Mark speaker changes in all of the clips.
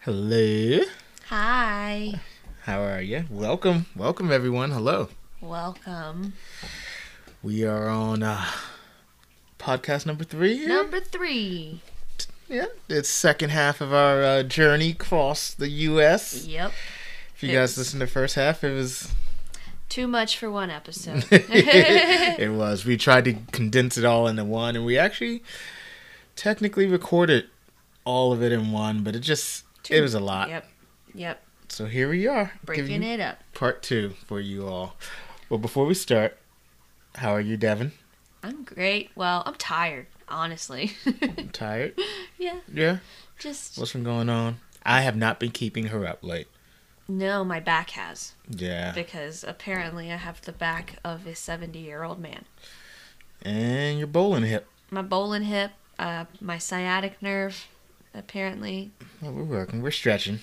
Speaker 1: Hello.
Speaker 2: Hi.
Speaker 1: How are you? Welcome. Welcome, everyone. Hello.
Speaker 2: Welcome.
Speaker 1: We are on uh, podcast number three here.
Speaker 2: Number three.
Speaker 1: Yeah. It's second half of our uh, journey across the U.S.
Speaker 2: Yep.
Speaker 1: If you guys listened to first half, it was
Speaker 2: Too much for one episode.
Speaker 1: it was. We tried to condense it all into one, and we actually technically recorded all of it in one, but it just it was a lot.
Speaker 2: Yep. Yep.
Speaker 1: So here we are, giving
Speaker 2: Breaking
Speaker 1: you
Speaker 2: it up.
Speaker 1: part two for you all. Well, before we start, how are you, Devin?
Speaker 2: I'm great. Well, I'm tired, honestly.
Speaker 1: Tired?
Speaker 2: yeah.
Speaker 1: Yeah.
Speaker 2: Just
Speaker 1: What's been going on? I have not been keeping her up late.
Speaker 2: no, my back has
Speaker 1: Yeah.
Speaker 2: because apparently I have the back of a 70-year-old man.
Speaker 1: And your bowling hip.
Speaker 2: My bowling hip, uh, my sciatic nerve. Apparently,
Speaker 1: Well, Oh, we're working. We're stretching.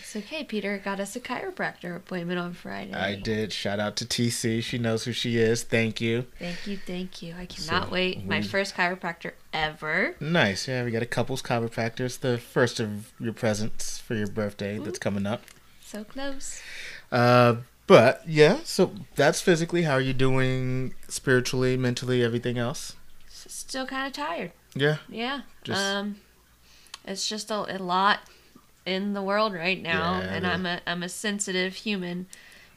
Speaker 2: it's okay. Peter got us a chiropractor appointment on Friday.
Speaker 1: I did. Shout out to TC. She knows who she is. Thank you.
Speaker 2: Thank you, thank you. I cannot
Speaker 1: So,
Speaker 2: wait. My
Speaker 1: we-
Speaker 2: first chiropractor ever.
Speaker 1: Nice. Yeah, we got a couples chiropractors. The first of your presents for your birthday that's coming up.
Speaker 2: So close.
Speaker 1: Uh, but yeah, so that's physically. How are you doing spiritually, mentally, everything else?
Speaker 2: S- Still kind of tired.
Speaker 1: Yeah.
Speaker 2: Yeah.
Speaker 1: Just-
Speaker 2: um, it's just a, a lot in the world right now,
Speaker 1: Yeah,
Speaker 2: and
Speaker 1: it
Speaker 2: I'm a I'm a sensitive human,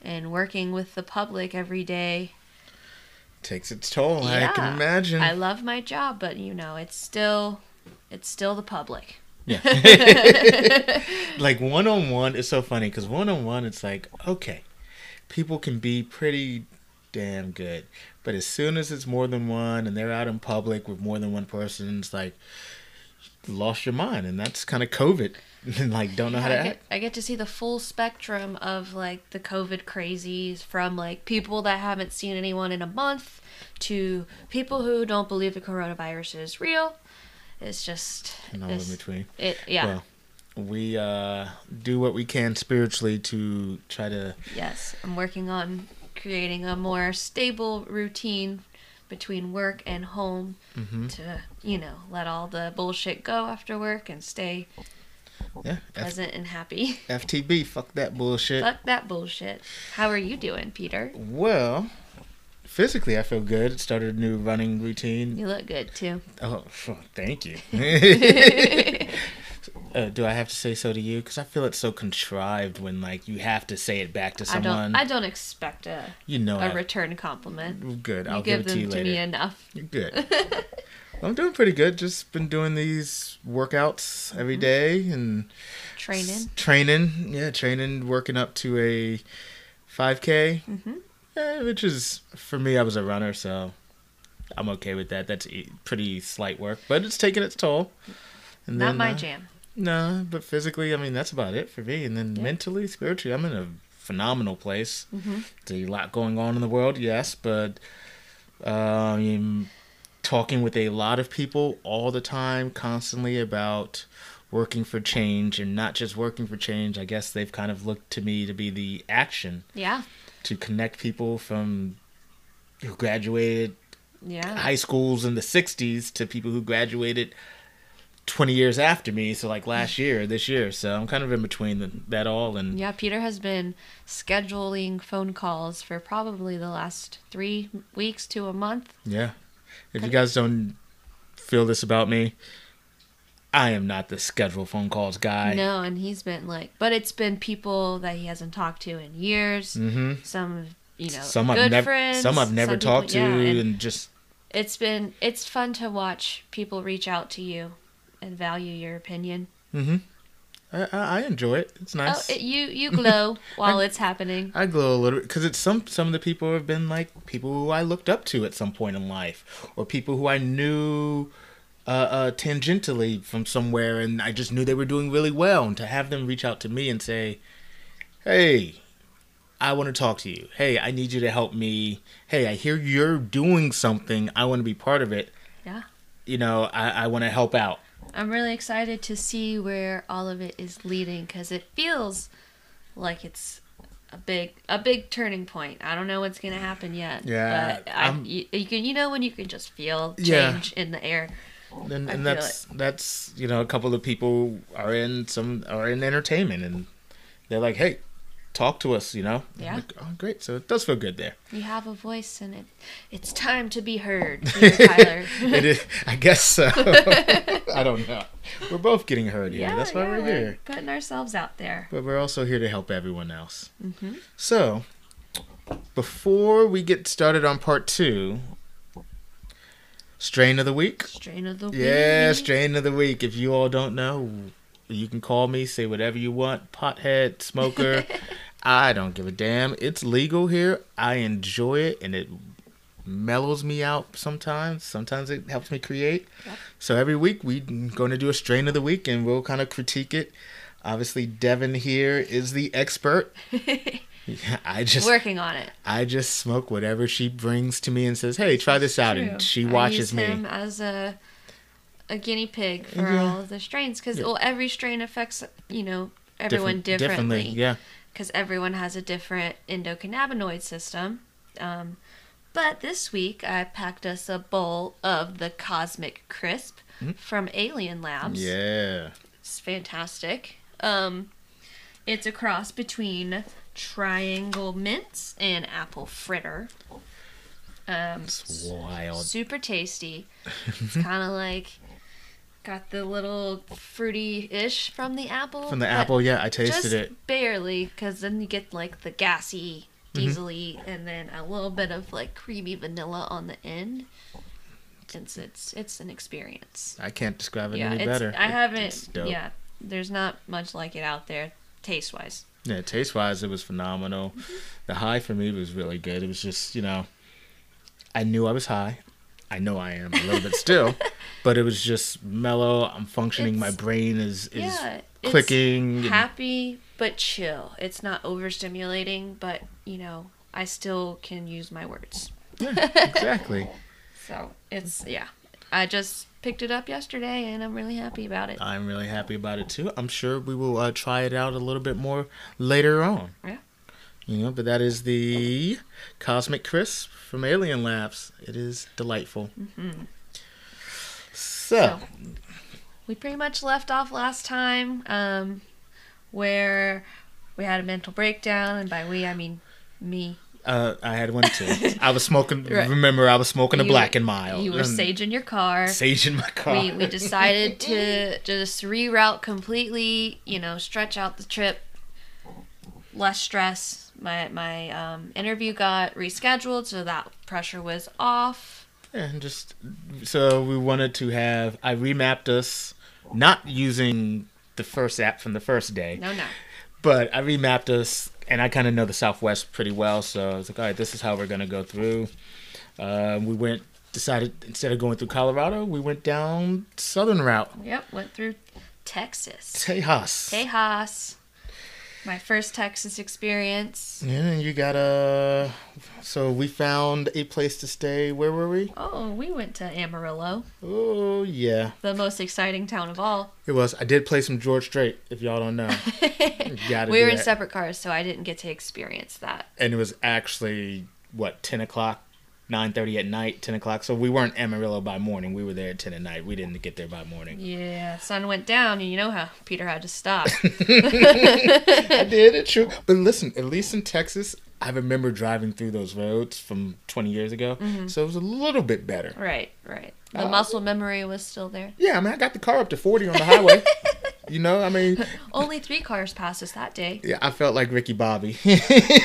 Speaker 2: and working with the public every day.
Speaker 1: Takes its toll. I can
Speaker 2: Yeah.
Speaker 1: imagine.
Speaker 2: I love my job, but you know, it's still it's still the public.
Speaker 1: Yeah. like one on one is so funny because one on one, it's like, okay, people can be pretty damn good. But as soon as it's more than one and they're out in public with more than one person, it's like, you lost your mind. And that's kind of COVID. and like, don't know how to
Speaker 2: I,
Speaker 1: act.
Speaker 2: get, I get to see the full spectrum of like the COVID crazies from like people that haven't seen anyone in a month to people who don't believe the coronavirus is real. It's just
Speaker 1: And all
Speaker 2: it's-
Speaker 1: in between.
Speaker 2: It yeah
Speaker 1: Well, we uh, do what we can spiritually to try to
Speaker 2: yes. I'm working on creating a more stable routine between work and home
Speaker 1: Mm-hmm.
Speaker 2: to you know let all the bullshit go after work and stay
Speaker 1: yeah F-
Speaker 2: pleasant and happy.
Speaker 1: FTB. Fuck that bullshit.
Speaker 2: Fuck that bullshit. How are you doing, Peter?
Speaker 1: Well, physically, I feel good. Started a new running routine.
Speaker 2: You look good too.
Speaker 1: Oh, phew, thank you. uh, do I have to say so to you? Because I feel it's so contrived when like you have to say it back to someone.
Speaker 2: I don't. I don't expect a
Speaker 1: you know,
Speaker 2: a
Speaker 1: I-
Speaker 2: return compliment.
Speaker 1: good.
Speaker 2: You
Speaker 1: I'll
Speaker 2: give
Speaker 1: give, it to
Speaker 2: them to,
Speaker 1: you later.
Speaker 2: me enough.
Speaker 1: You're good. I'm doing pretty good. Just been doing these workouts
Speaker 2: Mm-hmm.
Speaker 1: every day and s-
Speaker 2: Training.
Speaker 1: training. Yeah, training. Working up to a 5K,
Speaker 2: Mhm.
Speaker 1: eh, which is for me. I was a runner, so I'm okay with that. That's e- pretty slight work, but it's taking its toll. And
Speaker 2: Not my
Speaker 1: uh,
Speaker 2: jam.
Speaker 1: Nah, but physically, I mean, that's about it for me. And then
Speaker 2: Yeah.
Speaker 1: mentally, spiritually, I'm in a phenomenal place.
Speaker 2: Mhm.
Speaker 1: There's a lot going on in the world, yes, but uh, I'm talking with a lot of people all the time, constantly about working for change and not just working for change. I guess they've kind of looked to me to be the action
Speaker 2: Yeah.
Speaker 1: to connect people from who graduated
Speaker 2: Yeah.
Speaker 1: high schools in the 60s to people who graduated 20 years after me so like last year this year so i'm kind of in between the, that all and
Speaker 2: yeah. Peter has been scheduling phone calls for probably the last three weeks to a month.
Speaker 1: yeah if you guys don't feel this about me i am not the schedule phone calls guy
Speaker 2: no, and he's been like, but it's been people that he hasn't talked to in years.
Speaker 1: hmm
Speaker 2: Some, you know,
Speaker 1: some
Speaker 2: good
Speaker 1: i've never
Speaker 2: friends.
Speaker 1: some i've never
Speaker 2: people-
Speaker 1: talked
Speaker 2: yeah,
Speaker 1: to
Speaker 2: and-
Speaker 1: and, just
Speaker 2: it's been it's fun to watch people reach out to you and value your opinion.
Speaker 1: hmm I, I I enjoy it it's nice
Speaker 2: Oh, it, you you glow while it's happening.
Speaker 1: I glow a little bit because it's some some of the people have been like people who I looked up to at some point in life, or people who I knew uh, uh, tangentially from somewhere, and I just knew they were doing really well. And to have them reach out to me and say, "Hey, I want to talk to you. Hey, I need you to help me. Hey, I hear you're doing something. I want to be part of it.
Speaker 2: Yeah,
Speaker 1: You know, I, I want to help out."
Speaker 2: I'm really excited to see where all of it is leading because it feels like it's a big a big turning point. I don't know what's gonna happen yet.
Speaker 1: Yeah,
Speaker 2: but I,
Speaker 1: I'm-
Speaker 2: you, you can you know when you can just feel
Speaker 1: Yeah.
Speaker 2: change in the air.
Speaker 1: and,
Speaker 3: I
Speaker 1: and
Speaker 3: feel
Speaker 1: that's that's you know a couple of people are in some are in entertainment and they're like hey talk to us you know I'm
Speaker 2: Yeah.
Speaker 1: like, oh great so it does feel good there
Speaker 2: You have a voice and it it's time to be heard, Peter Tyler.
Speaker 1: it is i guess so i don't know we're both getting hurt here that's why we're here
Speaker 2: Putting ourselves out there.
Speaker 1: but we're also here to help everyone else so before we get started on part two strain of the week
Speaker 2: Strain of the week.
Speaker 1: Yeah, strain of the week. If you all don't know, you can call me, say whatever you want, pothead, smoker. I don't give a damn. It's legal here. I enjoy it and it mellows me out sometimes. Sometimes it helps me create. So every week we're going to do a strain of the week and we'll kind of critique it. Obviously, Devin here is the expert. Yeah, I just
Speaker 2: Working on it.
Speaker 1: I just smoke whatever she brings to me and says, "Hey, try this out,"
Speaker 3: True.
Speaker 1: and she
Speaker 2: I
Speaker 1: watches
Speaker 2: use
Speaker 1: me.
Speaker 2: him as a a guinea pig for
Speaker 1: Yeah.
Speaker 2: all of the strains because well, every strain affects you know everyone
Speaker 1: Different-
Speaker 2: differently
Speaker 1: yeah.
Speaker 2: because everyone has a different endocannabinoid system. Um, but this week I packed us a bowl of the Cosmic Crisp from Alien Labs.
Speaker 1: Mm-hmm. Yeah.
Speaker 2: It's fantastic. Um, it's a cross between triangle mints and apple fritter. Um,
Speaker 1: It's wild.
Speaker 2: super tasty. It's kind of like got the little fruity ish from the apple.
Speaker 1: From the
Speaker 2: but
Speaker 1: apple, yeah, I tasted
Speaker 2: just
Speaker 1: it. Mm-hmm.
Speaker 2: barely, because then you get like the gassy, diesely, and then a little bit of like creamy vanilla on the end. Since it's it's an experience.
Speaker 1: I can't describe it
Speaker 2: yeah,
Speaker 1: any
Speaker 2: it's,
Speaker 1: better.
Speaker 2: I
Speaker 1: It-
Speaker 2: haven't.
Speaker 1: it's dope.
Speaker 2: Yeah, there's not much like it out there, taste wise.
Speaker 1: Yeah, taste wise, it was phenomenal.
Speaker 2: Mm-hmm.
Speaker 1: The high for me was really good. It was just, you know, I knew I was high. I know I am a little bit still, but it was just mellow. I'm functioning. My
Speaker 2: It's-
Speaker 1: brain is is
Speaker 2: yeah, it's
Speaker 1: clicking. and-
Speaker 2: happy but chill. It's not overstimulating, but you know, I still can use my words.
Speaker 1: yeah, exactly.
Speaker 2: So
Speaker 1: Mm-hmm.
Speaker 2: it's yeah. I just picked it up yesterday and I'm really happy about it.
Speaker 1: I'm really happy about it too. I'm sure we will uh, try it out a little bit more later on.
Speaker 2: Yeah.
Speaker 1: You know, but that is the Cosmic Crisp from Alien Labs. It is delightful.
Speaker 2: Mm-hmm.
Speaker 1: So,
Speaker 2: We pretty much left off last time, um, where we had a mental breakdown, and by we I mean me.
Speaker 1: uh, I had one too. I was smoking.
Speaker 2: Right.
Speaker 1: Remember, I was smoking a
Speaker 2: You-
Speaker 1: black and mild.
Speaker 2: You were
Speaker 1: and
Speaker 2: sage in your car.
Speaker 1: Sage in my car.
Speaker 2: we, we decided to just reroute completely you know stretch out the trip less stress my my um, interview got rescheduled so that pressure was off
Speaker 1: and just so we wanted to have. I remapped us, not using the first app from the first day.
Speaker 2: no no
Speaker 1: but I remapped us, and I kind of know the Southwest pretty well, so I was like, all right, this is how we're gonna go through. Um, we went, decided instead of going through Colorado, we went down southern route,
Speaker 2: yep went through texas
Speaker 1: Tejas.
Speaker 2: tejas my first texas experience
Speaker 1: Yeah, and you got a. So we found a place to stay. Where were we?
Speaker 2: oh we went to amarillo
Speaker 1: Oh yeah,
Speaker 2: the most exciting town of all
Speaker 1: it was. I did play some George Strait. If y'all don't know, You gotta
Speaker 2: we
Speaker 1: do
Speaker 2: were in
Speaker 1: that.
Speaker 2: separate cars so i didn't get to experience that
Speaker 1: and it was actually what ten o'clock, nine thirty at night, ten o'clock. So we weren't Amarillo by morning. We were there at ten at night. We didn't get there by morning.
Speaker 2: yeah sun went down and you know how peter had to stop
Speaker 1: I did it true. But listen, at least in Texas, I remember driving through those roads from 20 years ago,
Speaker 2: Mm-hmm.
Speaker 1: so it was a little bit better.
Speaker 2: Right, right. The
Speaker 1: Uh,
Speaker 2: muscle memory was still there.
Speaker 1: Yeah, I mean, I got the car up to 40 on the highway. you know, I mean,
Speaker 2: Only three cars passed us that day.
Speaker 1: yeah, I felt like Ricky Bobby.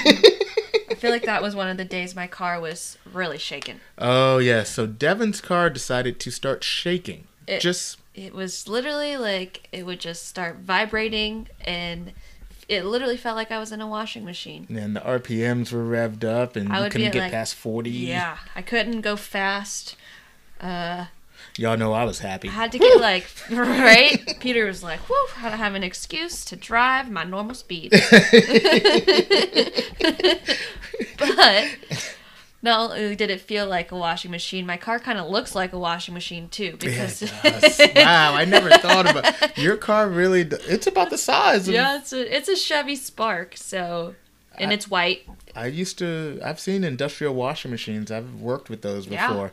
Speaker 2: I feel like that was one of the days my car was really shaken.
Speaker 1: oh yeah, so Devin's car decided to start shaking.
Speaker 2: It-
Speaker 1: Just
Speaker 2: It was literally like it would just start vibrating, and it literally felt like I was in a washing machine.
Speaker 1: and the RPMs were revved up, and
Speaker 2: I
Speaker 1: you
Speaker 2: would be
Speaker 1: couldn't
Speaker 2: at,
Speaker 1: get
Speaker 2: like-
Speaker 1: past 40.
Speaker 2: Yeah, I couldn't go fast. Uh,
Speaker 1: y'all know I was happy.
Speaker 2: I had to get like right. Peter was like, "Whoa, I don't have an excuse to drive my normal speed." but not only did it feel like a washing machine, my car kind of looks like a washing machine too because
Speaker 1: Yes. wow, I never thought about your car. Really, d- it's about the size. Of,
Speaker 2: yeah, it's a it's a Chevy Spark, so and it's white.
Speaker 1: I used to. I've seen industrial washing machines. I've worked with those
Speaker 2: Yeah. Mm-hmm.
Speaker 1: before.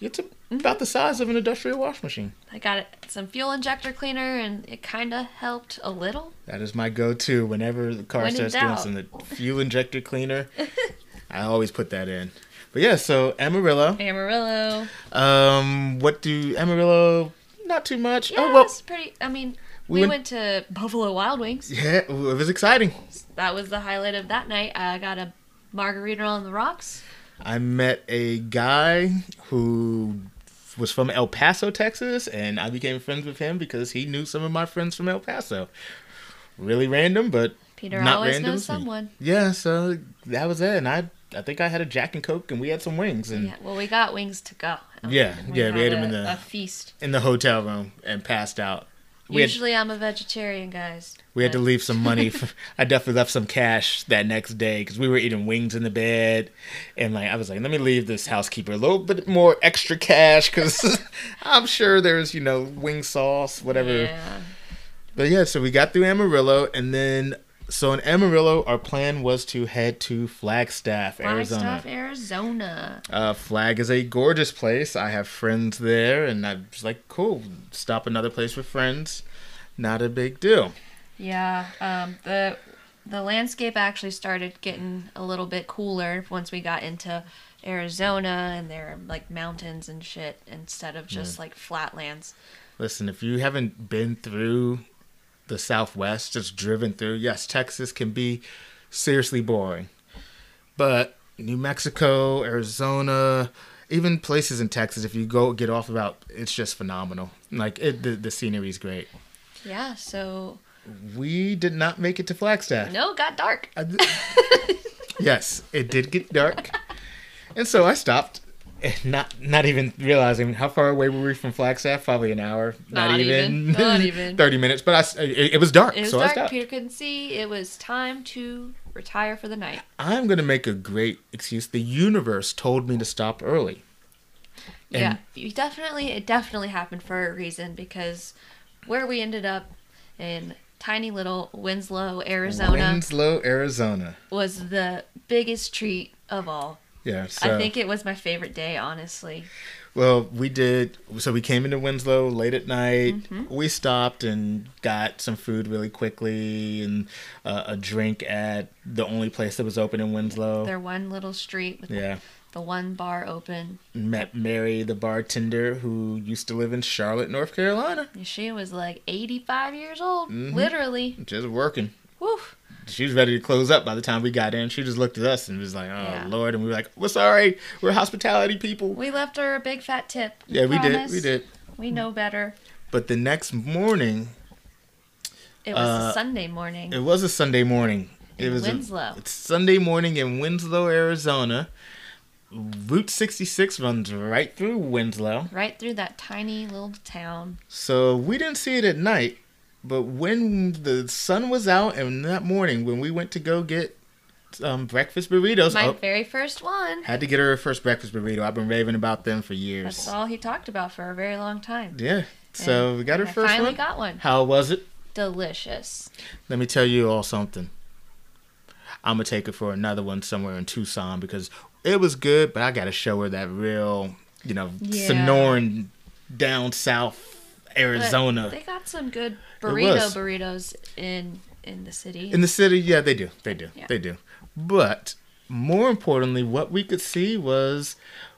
Speaker 1: It's a about the size of an industrial wash machine.
Speaker 2: I got some fuel injector cleaner, and it kind of helped a little.
Speaker 1: That is my go-to whenever the car
Speaker 2: When in
Speaker 1: starts doing
Speaker 2: doubt.
Speaker 1: some the fuel injector cleaner. I always put that in. But yeah, so Amarillo.
Speaker 2: Amarillo.
Speaker 1: Um, what do Amarillo? Not too much.
Speaker 2: Yeah,
Speaker 1: oh well,
Speaker 2: it's pretty. I mean,
Speaker 1: we
Speaker 2: we,
Speaker 1: went-
Speaker 2: went, to Buffalo Wild Wings.
Speaker 1: yeah, it was exciting.
Speaker 2: That was the highlight of that night. I got a margarita on the rocks.
Speaker 1: I met a guy who was from El Paso, Texas, and I became friends with him because he knew some of my friends from El Paso. Really random, but
Speaker 2: Peter
Speaker 1: not
Speaker 2: always
Speaker 1: random
Speaker 2: knows
Speaker 1: to me.
Speaker 2: someone.
Speaker 1: yeah. So that was it, and I I think I had a Jack and Coke, and we had some wings, and
Speaker 2: Yeah. Well, we got wings to go.
Speaker 1: Mm. Yeah, yeah, we ate 'em
Speaker 2: a,
Speaker 1: in the-
Speaker 2: a feast.
Speaker 1: in the hotel room and passed out. We had,
Speaker 2: Usually, I'm a vegetarian, guys.
Speaker 1: we had to
Speaker 2: but-
Speaker 1: leave some money. For, I definitely left some cash that next day because we were eating wings in the bed, and like I was like, let me leave this housekeeper a little bit more extra cash because I'm sure there's you know wing sauce whatever.
Speaker 2: Yeah.
Speaker 1: But yeah, so we got through Amarillo, and then so in Amarillo, our plan was to head to Flagstaff, Arizona.
Speaker 2: Flagstaff, Arizona.
Speaker 1: Uh, Flag is a gorgeous place. I have friends there, and I was like, cool, stop another place with friends. Not a big deal.
Speaker 2: Yeah, um, the the landscape actually started getting a little bit cooler once we got into Arizona and there are like mountains and shit instead of just
Speaker 1: Mm.
Speaker 2: like flatlands.
Speaker 1: Listen, if you haven't been through the Southwest, just driven through, yes, Texas can be seriously boring. But New Mexico, Arizona, even places in Texas, if you go get off about, it's just phenomenal. Like, it, the, the scenery is great.
Speaker 2: Yeah, so
Speaker 1: We did not make it to Flagstaff.
Speaker 2: no, it got dark.
Speaker 1: I d- yes, it did get dark, and so I stopped, and Eh, not not even realizing how far away were we from Flagstaff. Probably an hour, not,
Speaker 2: Not
Speaker 1: even,
Speaker 2: even, not even.
Speaker 1: thirty minutes. But I, s- it, it was dark,
Speaker 2: It was
Speaker 1: so I
Speaker 2: dark.
Speaker 1: stopped.
Speaker 2: Peter couldn't see. It was time to retire for the night.
Speaker 1: I'm gonna make a great excuse. The universe told me to stop early. And-
Speaker 2: yeah, you definitely it definitely happened for a reason because where we ended up in tiny little Winslow, Arizona,
Speaker 1: Winslow, Arizona.
Speaker 2: was the biggest treat of all.
Speaker 1: Yeah. So
Speaker 2: I think it was my favorite day, honestly.
Speaker 1: well, we did. So we came into Winslow late at night.
Speaker 2: Mm-hmm.
Speaker 1: We stopped and got some food really quickly and uh, a drink at the only place that was open in Winslow.
Speaker 2: Their one little street with
Speaker 1: Yeah.
Speaker 2: the one bar open.
Speaker 1: Met Mary, the bartender who used to live in Charlotte, North Carolina.
Speaker 2: And She was like 85 years old,
Speaker 1: Mm-hmm.
Speaker 2: literally.
Speaker 1: Just working.
Speaker 2: Woo.
Speaker 1: She was ready to close up by the time we got in. She just looked at us and was like, oh,
Speaker 2: Yeah.
Speaker 1: Lord. And we were like, we're sorry. We're hospitality people.
Speaker 2: We left her a big fat tip.
Speaker 1: Yeah, we did.
Speaker 2: promise.
Speaker 1: We did.
Speaker 2: We know better.
Speaker 1: But the next morning,
Speaker 2: It was
Speaker 1: Uh,
Speaker 2: a Sunday morning.
Speaker 1: it was a Sunday morning. It
Speaker 2: In
Speaker 1: was a-
Speaker 2: Winslow.
Speaker 1: it's Sunday morning in Winslow, Arizona. Route 66 runs right through Winslow.
Speaker 2: right through that tiny little town.
Speaker 1: So we didn't see it at night, but when the sun was out and that morning when we went to go get um, breakfast burritos,
Speaker 2: My
Speaker 1: oh,
Speaker 2: very first one.
Speaker 1: had to get her her first breakfast burrito. I've been raving about them for years.
Speaker 2: That's all he talked about for a very long time.
Speaker 1: Yeah. So we got her
Speaker 2: I
Speaker 1: first
Speaker 2: finally
Speaker 1: one.
Speaker 2: got one.
Speaker 1: How was it?
Speaker 2: Delicious.
Speaker 1: Let me tell you all something. I'm gonna take her for another one somewhere in Tucson because it was good, but I gotta show her that real, you know,
Speaker 2: Yeah.
Speaker 1: Sonoran down south
Speaker 2: But
Speaker 1: Arizona.
Speaker 2: They got some good burrito
Speaker 1: was.
Speaker 2: burritos in in the city.
Speaker 1: In the city, yeah, they do. They do.
Speaker 2: Yeah.
Speaker 1: They do. But more importantly, what we could see was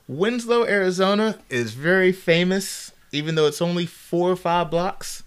Speaker 1: Winslow, Arizona is very famous, even though it's only four or five blocks,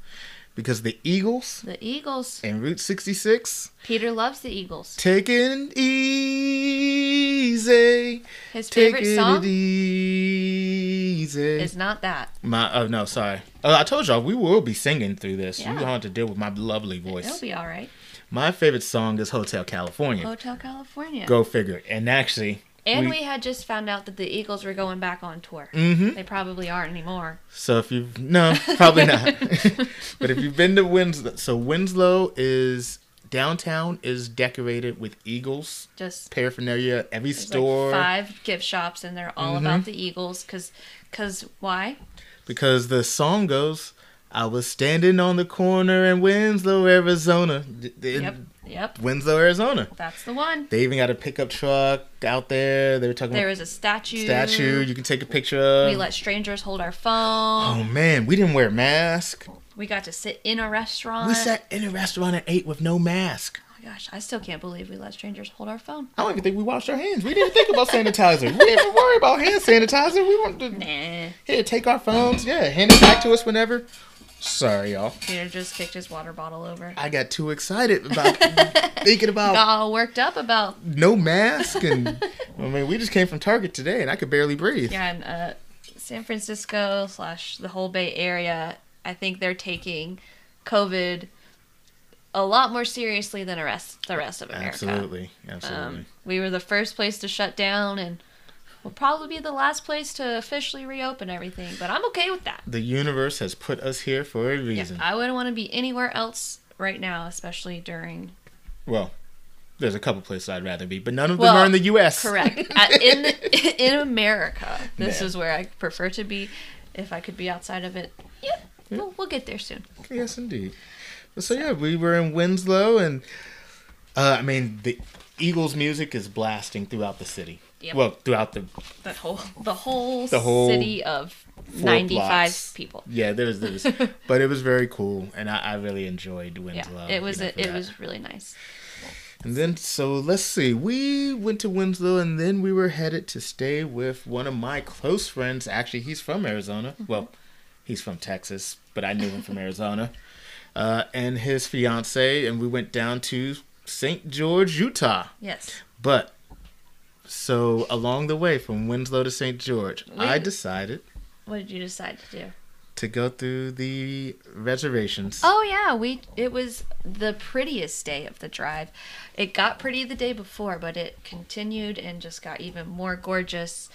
Speaker 1: because the Eagles
Speaker 2: the Eagles.
Speaker 1: and Route 66
Speaker 2: Peter loves the Eagles.
Speaker 1: taking easy.
Speaker 2: His favorite
Speaker 1: Taking
Speaker 2: song
Speaker 1: it easy.
Speaker 2: is not that.
Speaker 1: My oh no, sorry. Oh, I told y'all we will be singing through this. You
Speaker 2: Yeah.
Speaker 1: don't have to deal with my lovely
Speaker 2: It'll
Speaker 1: voice.
Speaker 2: be all right.
Speaker 1: My favorite song is Hotel California.
Speaker 2: Hotel California.
Speaker 1: Go figure. And actually,
Speaker 2: and
Speaker 1: we-
Speaker 2: we, had just found out that the Eagles were going back on tour.
Speaker 1: Mhm.
Speaker 2: They probably aren't anymore.
Speaker 1: so if you've no, probably not. but if you've been to Winslow, so Winslow is downtown is decorated with Eagles
Speaker 2: Just
Speaker 1: paraphernalia. Every
Speaker 2: there's
Speaker 1: store Mm-hmm.
Speaker 2: like five gift shops, and they're all about the Eagles. Cause, cause why?
Speaker 1: because the song goes, "I was standing on the corner in Winslow, Arizona." D- d-
Speaker 2: Yep. Yep.
Speaker 1: Winslow, Arizona.
Speaker 2: That's the one.
Speaker 1: They even got a pickup truck out there. They were talking
Speaker 2: There
Speaker 1: about
Speaker 2: is a statue.
Speaker 1: statue you can take a picture of.
Speaker 2: We let strangers hold our phone.
Speaker 1: oh man, we didn't wear a mask.
Speaker 2: We got to sit in a restaurant.
Speaker 1: We sat in a restaurant and ate with no mask.
Speaker 2: Oh my gosh, I still can't believe we let strangers hold our phone.
Speaker 1: I don't even think we washed our hands. We didn't think about sanitizer. We didn't even worry about hand sanitizer. We wanted to
Speaker 2: Nah.
Speaker 1: here take our phones. Yeah, hand it back to us whenever. Sorry, y'all.
Speaker 2: Peter just kicked his water bottle over.
Speaker 1: I got too excited about thinking about
Speaker 2: Got all worked up about
Speaker 1: no mask and I mean we just came from Target today and I could barely breathe.
Speaker 2: yeah, in uh, San Francisco slash the whole Bay Area. I think they're taking COVID a lot more seriously than the rest the rest of America.
Speaker 1: absolutely, absolutely.
Speaker 2: Um, we were the first place to shut down, and we'll probably be the last place to officially reopen everything. But I'm okay with that.
Speaker 1: the universe has put us here for a
Speaker 2: Yeah,
Speaker 1: reason.
Speaker 2: I wouldn't want to be anywhere else right now, especially during.
Speaker 1: well, there's a couple places I'd rather be, but none of
Speaker 2: Well,
Speaker 1: them are in the U.S.
Speaker 2: Correct. At, in the, in America, this
Speaker 1: Yeah.
Speaker 2: is where I prefer to be. If I could be outside of it, yeah, We'll, we'll get there soon.
Speaker 1: Yes, indeed. But so yeah, we were in Winslow, and uh, I mean the Eagles' music is blasting throughout the city.
Speaker 2: Yep.
Speaker 1: Well, throughout the
Speaker 2: That whole the whole
Speaker 1: The whole
Speaker 2: city of
Speaker 1: four
Speaker 2: 95
Speaker 1: blocks.
Speaker 2: people.
Speaker 1: yeah, there's there's, but it was very cool, and I, I really enjoyed
Speaker 2: Yeah,
Speaker 1: Winslow.
Speaker 2: it was
Speaker 1: you know,
Speaker 2: it,
Speaker 1: for that.
Speaker 2: was really nice.
Speaker 1: And then so let's see, we went to Winslow, and then we were headed to stay with one of my close friends. Actually, he's from Arizona. Well, he's from Texas, but I knew him from Arizona. Uh, and his fiance, and we went down to St. George, Utah.
Speaker 2: Yes,
Speaker 1: But so along the way from Winslow to St. George, I
Speaker 2: Wait.
Speaker 1: decided
Speaker 2: what did you decide to do?
Speaker 1: to go through the reservations.
Speaker 2: Oh yeah, we it was the prettiest day of the drive. It got pretty the day before, but it continued and just got even more gorgeous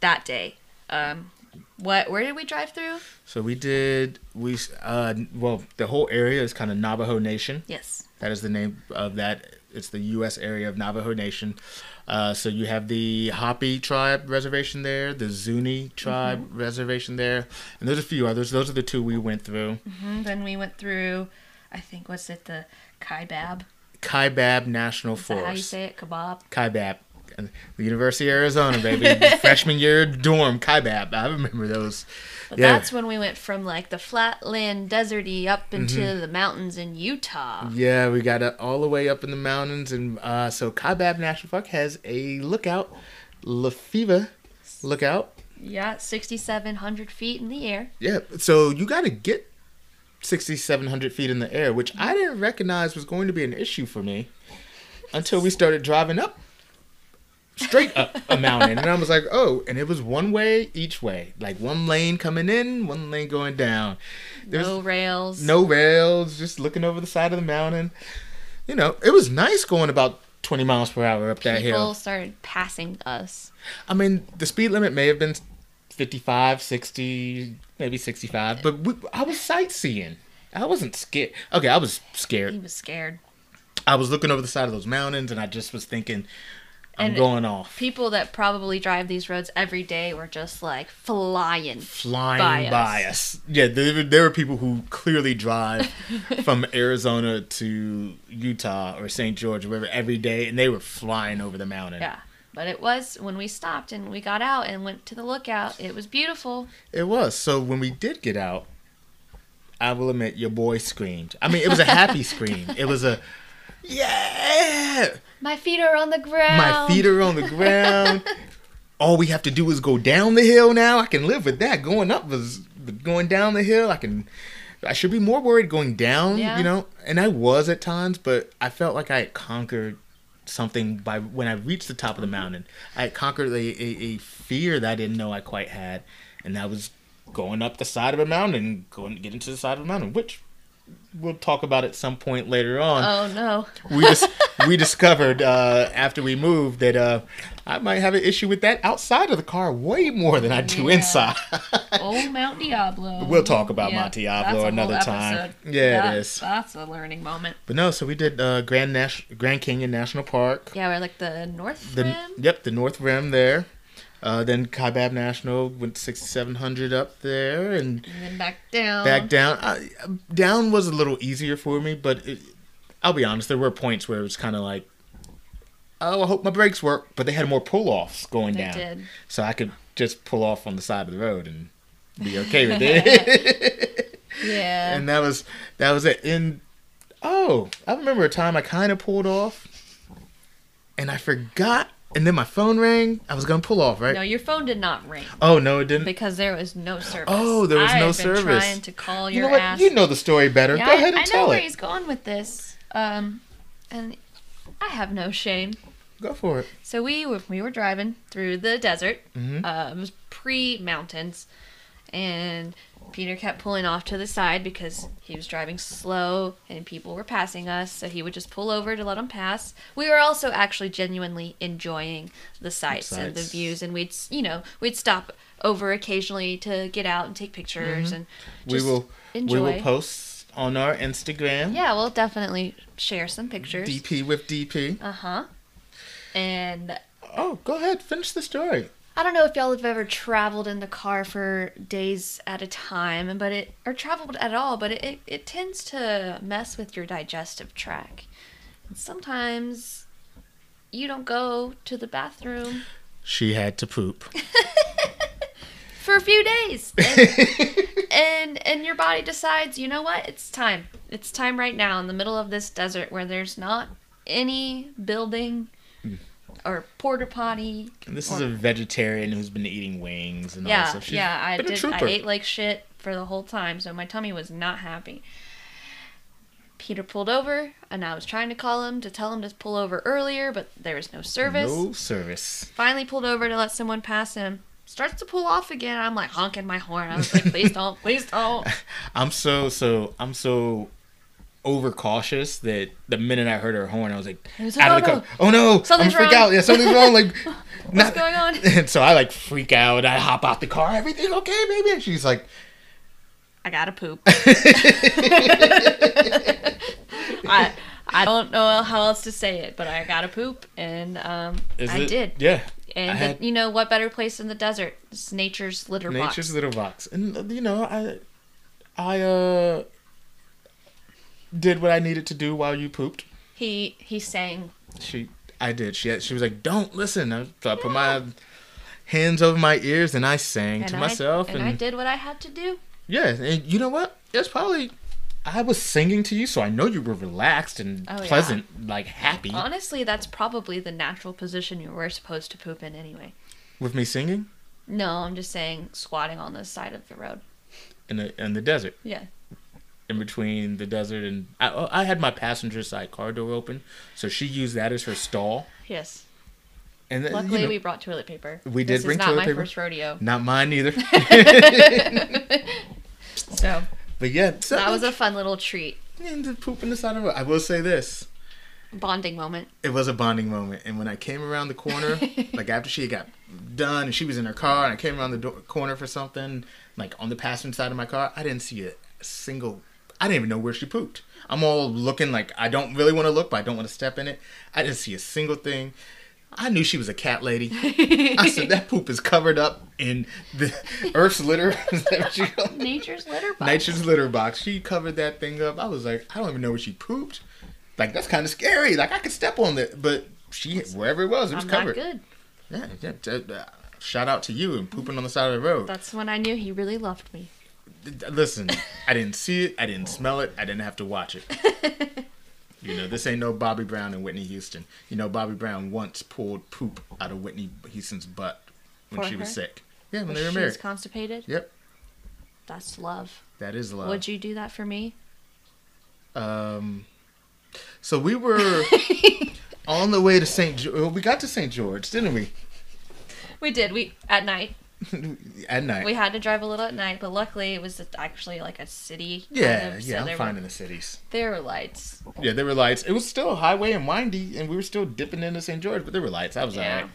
Speaker 2: that day. Um, what where did we drive through?
Speaker 1: So we did we uh well the whole area is kind of Navajo Nation.
Speaker 2: Yes,
Speaker 1: That is the name of that. It's the U.S. area of Navajo Nation. Uh, so you have the Hopi tribe reservation there, the Zuni tribe
Speaker 2: Mm-hmm.
Speaker 1: reservation there, and there's a few others. Those are the two we went through.
Speaker 2: hmm then we went through. I think was it the kaibab?
Speaker 1: Kaibab National
Speaker 2: Is
Speaker 1: Forest.
Speaker 2: that how you say it? Kebab.
Speaker 1: Kaibab. And The University of Arizona, baby. Freshman year dorm, Kaibab. I remember those.
Speaker 2: But
Speaker 1: yeah.
Speaker 2: that's when we went from like the flatland, deserty,
Speaker 1: Mm-hmm.
Speaker 2: up into the mountains in Utah.
Speaker 1: yeah, we got it all the way up in the mountains. And uh, so Kaibab National Park has a lookout, Lafiva lookout.
Speaker 2: Yeah, sixty-seven hundred feet in the air.
Speaker 1: Yeah, so you got to get 6,700 feet in the air, which I didn't recognize was going to be an issue for me until we started driving up, straight up a mountain. And I was like, oh, and it was one way each way. Like one lane coming in, one lane going down. There's
Speaker 2: no rails.
Speaker 1: no rails, just looking over the side of the mountain. You know, it was nice going about 20 miles per hour up that
Speaker 2: people
Speaker 1: hill.
Speaker 2: started passing us.
Speaker 1: I mean, the speed limit may have been 55, 60, maybe 65, but we, I was sightseeing. I wasn't scared. Okay, I was
Speaker 2: He
Speaker 1: scared.
Speaker 2: was scared.
Speaker 1: I was looking over the side of those mountains and I just was thinking, I'm
Speaker 2: And-
Speaker 1: going off,
Speaker 2: People that probably drive these roads every day were just like flying.
Speaker 1: flying
Speaker 2: Bias.
Speaker 1: by us. Yeah, there, were- there were people who clearly drive from Arizona to Utah or St. George or wherever every day and they were flying over the mountain.
Speaker 2: Yeah. But it was when we stopped and we got out and went to the lookout, it was beautiful.
Speaker 1: It was. So when we did get out, I will admit your boy screamed. I mean, it was a happy scream. It was a yeah.
Speaker 2: My feet are on the ground.
Speaker 1: My feet are on the ground. All we have to do is go down the hill now. I can live with that. Going up was but going down the hill. I can. I should be more worried going down.
Speaker 2: Yeah.
Speaker 1: You know, and I was at times, but I felt like I had conquered something by when I reached the top of the mountain. I had conquered a, a, a fear that I didn't know I quite had, and that was going up the side of a mountain, going getting to the side of a mountain, which we'll talk about at some point later on
Speaker 2: Oh no.
Speaker 1: we just we discovered uh, after we moved that uh, I might have an issue with that outside of the car way more than I do
Speaker 2: Yeah.
Speaker 1: inside.
Speaker 2: Old Mount Diablo.
Speaker 1: We'll talk about Mount Diablo
Speaker 2: that's a whole
Speaker 1: another time.
Speaker 2: episode.
Speaker 1: Yeah, it
Speaker 2: That-
Speaker 1: is.
Speaker 2: That's a learning moment.
Speaker 1: but no, so we did uh, Grand Nash- Grand Canyon National Park.
Speaker 2: Yeah, we're like the North
Speaker 1: The
Speaker 2: Rim.
Speaker 1: yep, the North Rim there. Uh, then Kaibab National went 6,700 up there and
Speaker 2: And then back down.
Speaker 1: back down. I, down was a little easier for me, but it, I'll be honest, there were points where it was kind of like, oh, I hope my brakes work, but they had more pull offs going
Speaker 2: They
Speaker 1: down.
Speaker 2: did.
Speaker 1: So I could just pull off on the side of the road and be okay with it.
Speaker 2: Yeah.
Speaker 1: and that was that was it. And oh, I remember a time I kind of pulled off, and I forgot. And then my phone rang. I was gonna pull off, right?
Speaker 2: no, your phone did not ring
Speaker 1: oh no, it didn't.
Speaker 2: because there was no service.
Speaker 1: Oh, there was
Speaker 2: I
Speaker 1: no
Speaker 2: have been
Speaker 1: service.
Speaker 2: Trying to call
Speaker 1: you
Speaker 2: your
Speaker 1: know what?
Speaker 2: ass.
Speaker 1: You know the story better.
Speaker 2: Yeah,
Speaker 1: Go ahead and
Speaker 2: I, I know
Speaker 1: tell
Speaker 2: where
Speaker 1: it.
Speaker 2: he's going with this. Um, and I have no shame.
Speaker 1: Go for it.
Speaker 2: So we were, we were driving through the desert.
Speaker 1: Mhm.
Speaker 2: Uh, it was pre mountains, and Peter kept pulling off to the side because he was driving slow and people were passing us. So he would just pull over to let them pass. We were also actually genuinely enjoying the sights, and the
Speaker 1: sights.
Speaker 2: views, and we'd s- you know we'd stop over occasionally to get out and take pictures and
Speaker 1: Mm-hmm. we
Speaker 2: just
Speaker 1: will.
Speaker 2: enjoy.
Speaker 1: We will post on our Instagram.
Speaker 2: Yeah, we'll definitely share some pictures.
Speaker 1: DP with DP.
Speaker 2: Uh huh. And
Speaker 1: Oh, go ahead. Finish the story.
Speaker 2: I don't know if y'all have ever traveled in the car for days at a time, but it or traveled at all, but it, it, it tends to mess with your digestive tract. And sometimes you don't go to the bathroom
Speaker 1: She had to poop.
Speaker 2: for a few days. And, and and your body decides, you know what? It's time. It's time right now in the middle of this desert where there's not any building or porta potty.
Speaker 1: This
Speaker 2: or
Speaker 1: is a vegetarian who's been eating wings and all
Speaker 2: Yeah,
Speaker 1: that stuff. She's
Speaker 2: yeah, I
Speaker 1: been a
Speaker 2: did. I
Speaker 1: trooper.
Speaker 2: ate like shit for the whole time, so my tummy was not happy. Peter pulled over, and I was trying to call him to tell him to pull over earlier, but there was no service.
Speaker 1: No service.
Speaker 2: Finally, pulled over to let someone pass him. Starts to pull off again. I'm like honking my horn. I was like, please don't, please don't.
Speaker 1: I'm so so I'm so overcautious that the minute I heard her horn, I was like,
Speaker 2: It was
Speaker 1: out of
Speaker 2: like,
Speaker 1: the car.
Speaker 2: "Oh,
Speaker 1: Oh no,
Speaker 2: Something's
Speaker 1: I'm freak
Speaker 2: wrong."
Speaker 1: out. Yeah, something's wrong. Like,
Speaker 2: What's going on?
Speaker 1: And so I like freak out. I hop out the car. Everything okay, baby? And she's like,
Speaker 2: I gotta poop. I I don't know how else to say it, but I gotta poop, and um,
Speaker 1: Is
Speaker 2: I
Speaker 1: it?
Speaker 2: did.
Speaker 1: Yeah. I
Speaker 2: And
Speaker 1: had-
Speaker 2: the, you know what better place in the desert? It's nature's litter
Speaker 1: Nature's
Speaker 2: box.
Speaker 1: little box. And you know, I I uh did what I needed to do while you pooped.
Speaker 2: He he sang.
Speaker 1: She, I did. She, had, she was like, "Don't listen." I, so I put my hands over my ears and I sang
Speaker 2: and
Speaker 1: to
Speaker 2: I-
Speaker 1: myself,
Speaker 2: and,
Speaker 1: and,
Speaker 2: I did what I had to do.
Speaker 1: yeah, and you know what? It's probably I was singing to you, so I know you were relaxed and
Speaker 2: Oh, yeah.
Speaker 1: pleasant, like happy
Speaker 2: Honestly, that's probably the natural position you were supposed to poop in anyway.
Speaker 1: with me singing
Speaker 2: No, I'm just saying squatting on the side of the road.
Speaker 1: in the in the desert,
Speaker 2: Yeah.
Speaker 1: in between the desert and I, oh, I had my passenger side car door open, so she used that as her stall.
Speaker 2: Yes.
Speaker 1: And then, Uh, you
Speaker 2: Luckily,
Speaker 1: know,
Speaker 2: we brought toilet paper.
Speaker 1: We did
Speaker 2: This
Speaker 1: bring
Speaker 2: is not
Speaker 1: toilet
Speaker 2: my
Speaker 1: paper.
Speaker 2: first rodeo.
Speaker 1: not mine either.
Speaker 2: So
Speaker 1: but yeah, so
Speaker 2: that was a fun little treat,
Speaker 1: and the poop in the side of the road. I will say this.
Speaker 2: bonding moment.
Speaker 1: it was a bonding moment. And when I came around the corner, like after she got done and she was in her car, and I came around the door, corner for something, like on the passenger side of my car, I didn't see a single. I didn't even know where she pooped. I'm all looking like I don't really want to look, but I don't want to step in it. I didn't see a single thing. I knew she was a cat lady. I said that poop is covered up in the Earth's litter. Is that what you call it?
Speaker 2: Nature's litter box.
Speaker 1: Nature's litter box. She covered that thing up. I was like, I don't even know where she pooped. Like that's kind of scary. Like I could step on it, but she wherever it was, it was
Speaker 2: I'm not
Speaker 1: covered.
Speaker 2: good.
Speaker 1: Yeah, yeah. t- uh, Shout out to you and pooping on the side of the road.
Speaker 2: That's when I knew he really loved me.
Speaker 1: D- d- Listen, I didn't see it. I didn't smell it. I didn't have to watch it. You know, this ain't no Bobby Brown and Whitney Houston. You know, Bobby Brown once pulled poop out of Whitney Houston's butt when
Speaker 2: For
Speaker 1: she was
Speaker 2: her?
Speaker 1: sick. Yeah, when
Speaker 2: When
Speaker 1: they were
Speaker 2: she was
Speaker 1: married.
Speaker 2: constipated.
Speaker 1: Yep,
Speaker 2: That's love.
Speaker 1: that is love.
Speaker 2: Would you do that for me?
Speaker 1: Um, so we were on the way to St. George. We got to St. George, didn't we?
Speaker 2: We did. We at night.
Speaker 1: At night.
Speaker 2: We had to drive a little at night, but luckily it was actually like a city. kind
Speaker 1: yeah,
Speaker 2: of, so
Speaker 1: yeah. I'm
Speaker 2: there
Speaker 1: fine
Speaker 2: Were,
Speaker 1: in the cities.
Speaker 2: there were lights.
Speaker 1: Yeah, there were lights. It was still a highway and windy, and we were still dipping into St. George, but there were lights. I was
Speaker 2: Yeah.
Speaker 1: alright.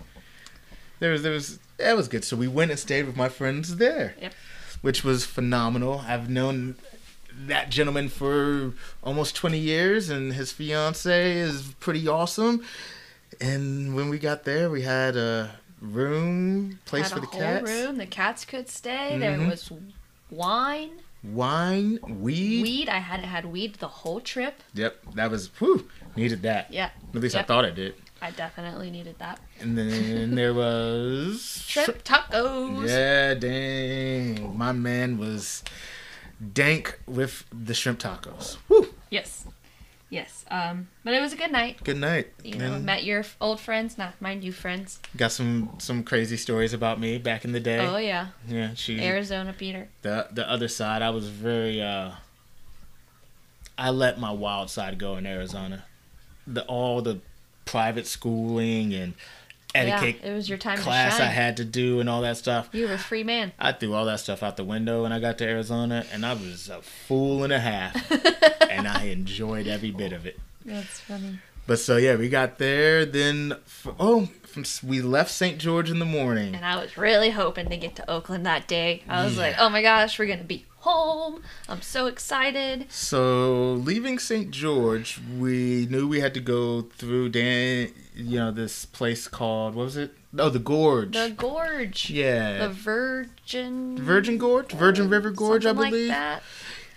Speaker 1: There was, there was. That was good. So we went and stayed with my friends there,
Speaker 2: Yep.
Speaker 1: which was phenomenal. I've known that gentleman for almost 20 years, and his fiance is pretty awesome. And when we got there, we had a room place
Speaker 2: had
Speaker 1: for
Speaker 2: a
Speaker 1: the
Speaker 2: whole
Speaker 1: cats. Mm-hmm.
Speaker 2: room. The cats could stay. There
Speaker 1: Mhm.
Speaker 2: was wine.
Speaker 1: wine, weed.
Speaker 2: Weed, I hadn't had weed the whole trip.
Speaker 1: Yep, that was whew, needed that.
Speaker 2: Yeah.
Speaker 1: At least I
Speaker 2: Yep.
Speaker 1: thought I did.
Speaker 2: I definitely needed that.
Speaker 1: And then there was
Speaker 2: Shrimp tacos.
Speaker 1: Yeah, dang. My man was dank with the shrimp tacos. Woo!
Speaker 2: Yes. Yes. Um, but it was a good night.
Speaker 1: Good night.
Speaker 2: You know,
Speaker 1: And
Speaker 2: met your f- old friends, not my new friends.
Speaker 1: got some some crazy stories about me back in the day.
Speaker 2: Oh yeah,
Speaker 1: Yeah, she
Speaker 2: Arizona Peter.
Speaker 1: the the other side. I was very uh I let my wild side go in Arizona. The all the private schooling and etiquette
Speaker 2: yeah, it was your time
Speaker 1: class
Speaker 2: to shine.
Speaker 1: I had to do and all that stuff.
Speaker 2: You were a free man.
Speaker 1: I threw all that stuff out the window when I got to Arizona, and I was a fool and a half, and I enjoyed every bit of it.
Speaker 2: That's funny.
Speaker 1: But so yeah, we got there. Then f oh, from, we left St. George in the morning.
Speaker 2: And I was really hoping to get to Oakland that day. I was
Speaker 1: Yeah.
Speaker 2: like, oh my gosh, we're gonna be home. I'm so excited.
Speaker 1: So leaving St. George, we knew we had to go through Dan, you know, this place called what was it? Oh, the Gorge.
Speaker 2: The gorge. The
Speaker 1: yeah.
Speaker 2: Virgin.
Speaker 1: Virgin Gorge, Virgin River Gorge, I
Speaker 2: something
Speaker 1: believe.
Speaker 2: Like that.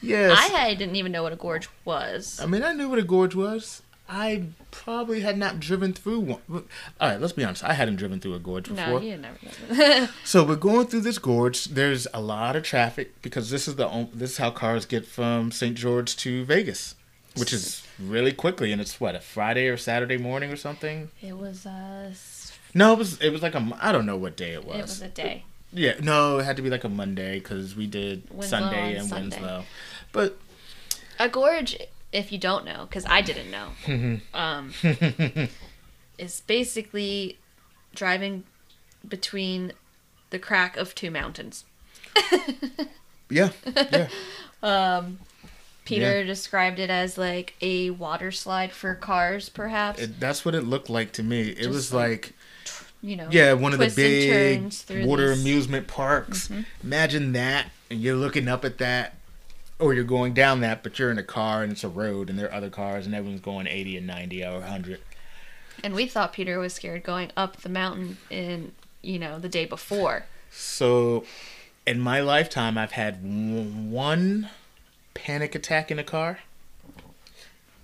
Speaker 1: Yes.
Speaker 2: I had, didn't even know what a gorge was.
Speaker 1: I mean, I knew what a gorge was. I probably had not driven through one. All right, let's be honest. I hadn't driven through a gorge
Speaker 2: No,
Speaker 1: before.
Speaker 2: you never. know.
Speaker 1: So we're going through this gorge. There's a lot of traffic because this is the on- this is how cars get from St. George to Vegas, which is really quickly, and it's what a Friday or Saturday morning or something.
Speaker 2: it was uh, s-
Speaker 1: No, it was it was like a mo- I don't know what day it was.
Speaker 2: it was a day.
Speaker 1: Yeah, no, it had to be like a Monday because we did
Speaker 2: Winslow
Speaker 1: Sunday
Speaker 2: on
Speaker 1: and
Speaker 2: Sunday.
Speaker 1: Winslow, but
Speaker 2: A gorge, if you don't know, because I didn't know, um, is basically driving between the crack of two mountains.
Speaker 1: yeah, yeah,
Speaker 2: Peter described it as like a water slide for cars, perhaps.
Speaker 1: it, that's what it looked like to me. It was like
Speaker 2: you know.
Speaker 1: Yeah, one of the
Speaker 2: twists and
Speaker 1: big
Speaker 2: turns through Mm-hmm.
Speaker 1: water
Speaker 2: these-
Speaker 1: amusement parks. Imagine that, and you're looking up at that, or you're going down that, but you're in a car and it's a road, and there are other cars, and everyone's going 80 and 90 or 100.
Speaker 2: And we thought Peter was scared going up the mountain in you know the day before.
Speaker 1: So, in my lifetime, I've had w- one panic attack in a car.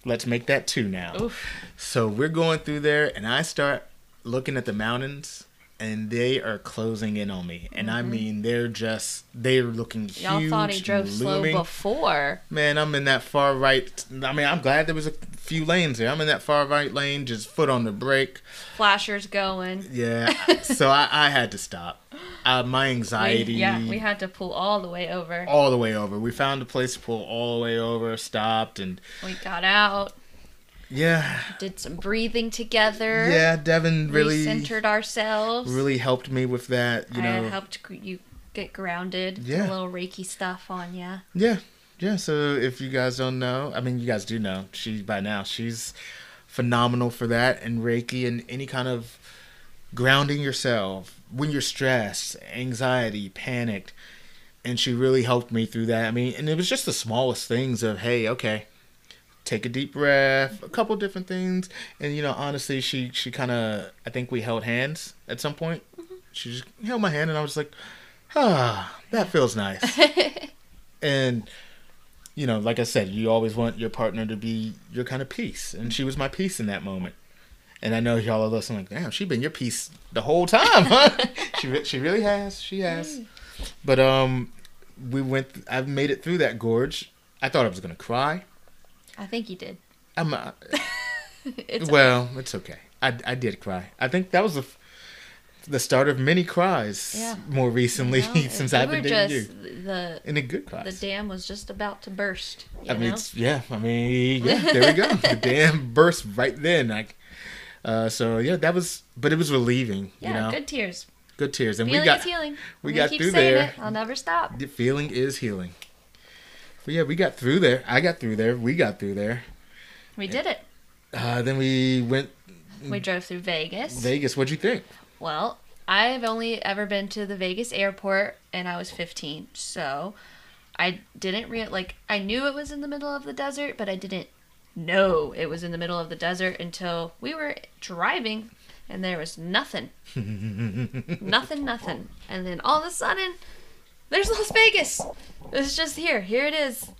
Speaker 1: Let's make that two now.
Speaker 2: Oof.
Speaker 1: So we're going through there, and I start looking at the mountains, and they are closing in on me. And I mean, they're just they're looking huge.
Speaker 2: Mm-hmm. Y'all thought he drove
Speaker 1: looming.
Speaker 2: slow before.
Speaker 1: Man, I'm in that far right. I mean, I'm glad there was a few lanes there. I'm in that far right lane, just foot on the brake.
Speaker 2: Flashers going.
Speaker 1: Yeah. so I, I had to stop. Uh, my
Speaker 2: We,
Speaker 1: anxiety.
Speaker 2: yeah, we had to pull all the way over.
Speaker 1: all the way over. We found a place to pull all the way over, stopped, and
Speaker 2: We got out,
Speaker 1: yeah,
Speaker 2: did some breathing together.
Speaker 1: yeah. Devin really,
Speaker 2: centered ourselves.
Speaker 1: really helped me with that. You
Speaker 2: I
Speaker 1: know,
Speaker 2: helped gr- you get grounded. did
Speaker 1: Yeah.
Speaker 2: A little Reiki stuff on ya.
Speaker 1: Yeah. Yeah. So if you guys don't know, I mean, you guys do know, she by now, she's phenomenal for that and Reiki and any kind of grounding yourself when you're stressed, anxiety, panicked. And she really helped me through that. I mean, and it was just the smallest things of, hey, okay, take a deep breath, a couple different things. And, you know, honestly, she, she kind of, I think we held hands at some point. She just held my hand, and I was like, ah, that feels nice and you know like i said you always want your partner to be your kind of piece and she was my piece in that moment and i know y'all are listening like damn she been your piece the whole time huh? she, re- she really has she has
Speaker 2: Mm.
Speaker 1: but um we went i've made it through that gorge i thought i was gonna cry
Speaker 2: I think you did.
Speaker 1: i'm uh,
Speaker 2: it's
Speaker 1: well it's okay I, I did cry i think that was the f- the start of many cries
Speaker 2: Yeah.
Speaker 1: more recently
Speaker 2: you know,
Speaker 1: since
Speaker 2: we
Speaker 1: i've been
Speaker 2: were
Speaker 1: dating
Speaker 2: just
Speaker 1: you
Speaker 2: the
Speaker 1: and a good cries
Speaker 2: the dam was just about to burst. You
Speaker 1: I mean,
Speaker 2: know?
Speaker 1: it's, yeah. I mean, yeah. There we go. the damn burst right then. Like, uh, so yeah, that was. But it was relieving.
Speaker 2: yeah,
Speaker 1: you know, good,
Speaker 2: good tears.
Speaker 1: tears, and
Speaker 2: Feeling
Speaker 1: we got
Speaker 2: is healing.
Speaker 1: we
Speaker 2: I'm
Speaker 1: got
Speaker 2: gonna keep
Speaker 1: through
Speaker 2: saying
Speaker 1: there.
Speaker 2: It. I'll never stop.
Speaker 1: the feeling is healing. But yeah, we got through there. I got through there. We got through there.
Speaker 2: We did it.
Speaker 1: Uh, then we went
Speaker 2: We
Speaker 1: Mm.
Speaker 2: drove through Vegas.
Speaker 1: Vegas. What'd you think?
Speaker 2: well, I've only ever been to the Vegas airport, and I was 15, so I didn't real like I knew it was in the middle of the desert, but I didn't know it was in the middle of the desert until we were driving, and there was nothing, nothing, nothing, and then all of a sudden, there's Las Vegas. It's just here. Here it is.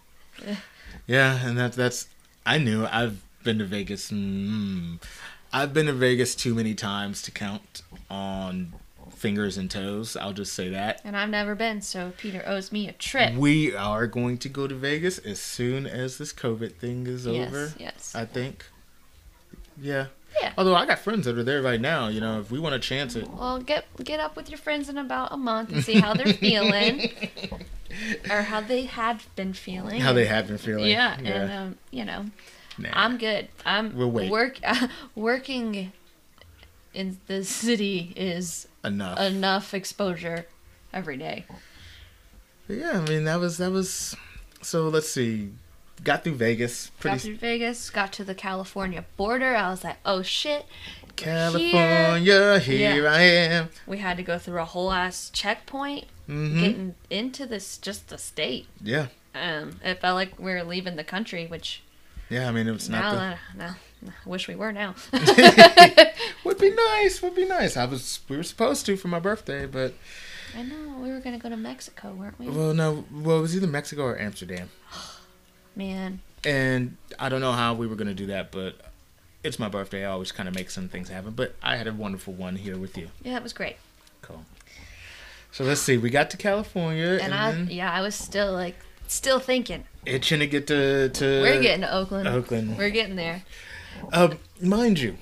Speaker 1: Yeah, and that that's I knew I've been to Vegas. Mm, I've been to Vegas too many times to count on fingers and toes. I'll just say that.
Speaker 2: And I've never been, so Peter owes me a trip.
Speaker 1: We are going to go to Vegas as soon as this COVID thing is over.
Speaker 2: Yes, yes.
Speaker 1: I think. Yeah.
Speaker 2: Yeah.
Speaker 1: Although I got friends that are there right now, you know, if we want to chance it.
Speaker 2: Well, get get up with your friends in about a month and see how they're feeling or how they have been feeling.
Speaker 1: How they have been feeling.
Speaker 2: Yeah, and um, you know,
Speaker 1: Nah.
Speaker 2: I'm good. I'm
Speaker 1: We'll wait.
Speaker 2: work working in the city is
Speaker 1: enough.
Speaker 2: enough exposure every day.
Speaker 1: But yeah, I mean that was that was. So let's see. Got through Vegas. Pretty
Speaker 2: got through Vegas, got to the California border. I was like, oh shit.
Speaker 1: California, here,
Speaker 2: Yeah.
Speaker 1: I am.
Speaker 2: We had to go through a whole ass checkpoint
Speaker 1: Mhm.
Speaker 2: getting into this just the state.
Speaker 1: Yeah,
Speaker 2: Um, it felt like we were leaving the country, which
Speaker 1: yeah. I mean it's
Speaker 2: now,
Speaker 1: not. The,
Speaker 2: uh, now, I wish we were now.
Speaker 1: would be nice. Would be nice. I was we were supposed to for my birthday, but
Speaker 2: I know we were gonna go to Mexico, weren't we?
Speaker 1: well, no. Well, it was either Mexico or Amsterdam,
Speaker 2: Man,
Speaker 1: and I don't know how we were gonna do that, but. It's my birthday. I always kind of make some things happen, but I had a wonderful one here with you.
Speaker 2: yeah, it was great.
Speaker 1: Cool. So let's see. We got to California,
Speaker 2: And
Speaker 1: and,
Speaker 2: I,
Speaker 1: then
Speaker 2: yeah, I was still like, still thinking,
Speaker 1: itching to get to to
Speaker 2: we're getting to Oakland.
Speaker 1: Uh, Oakland.
Speaker 2: We're getting there.
Speaker 1: Uh, mind you,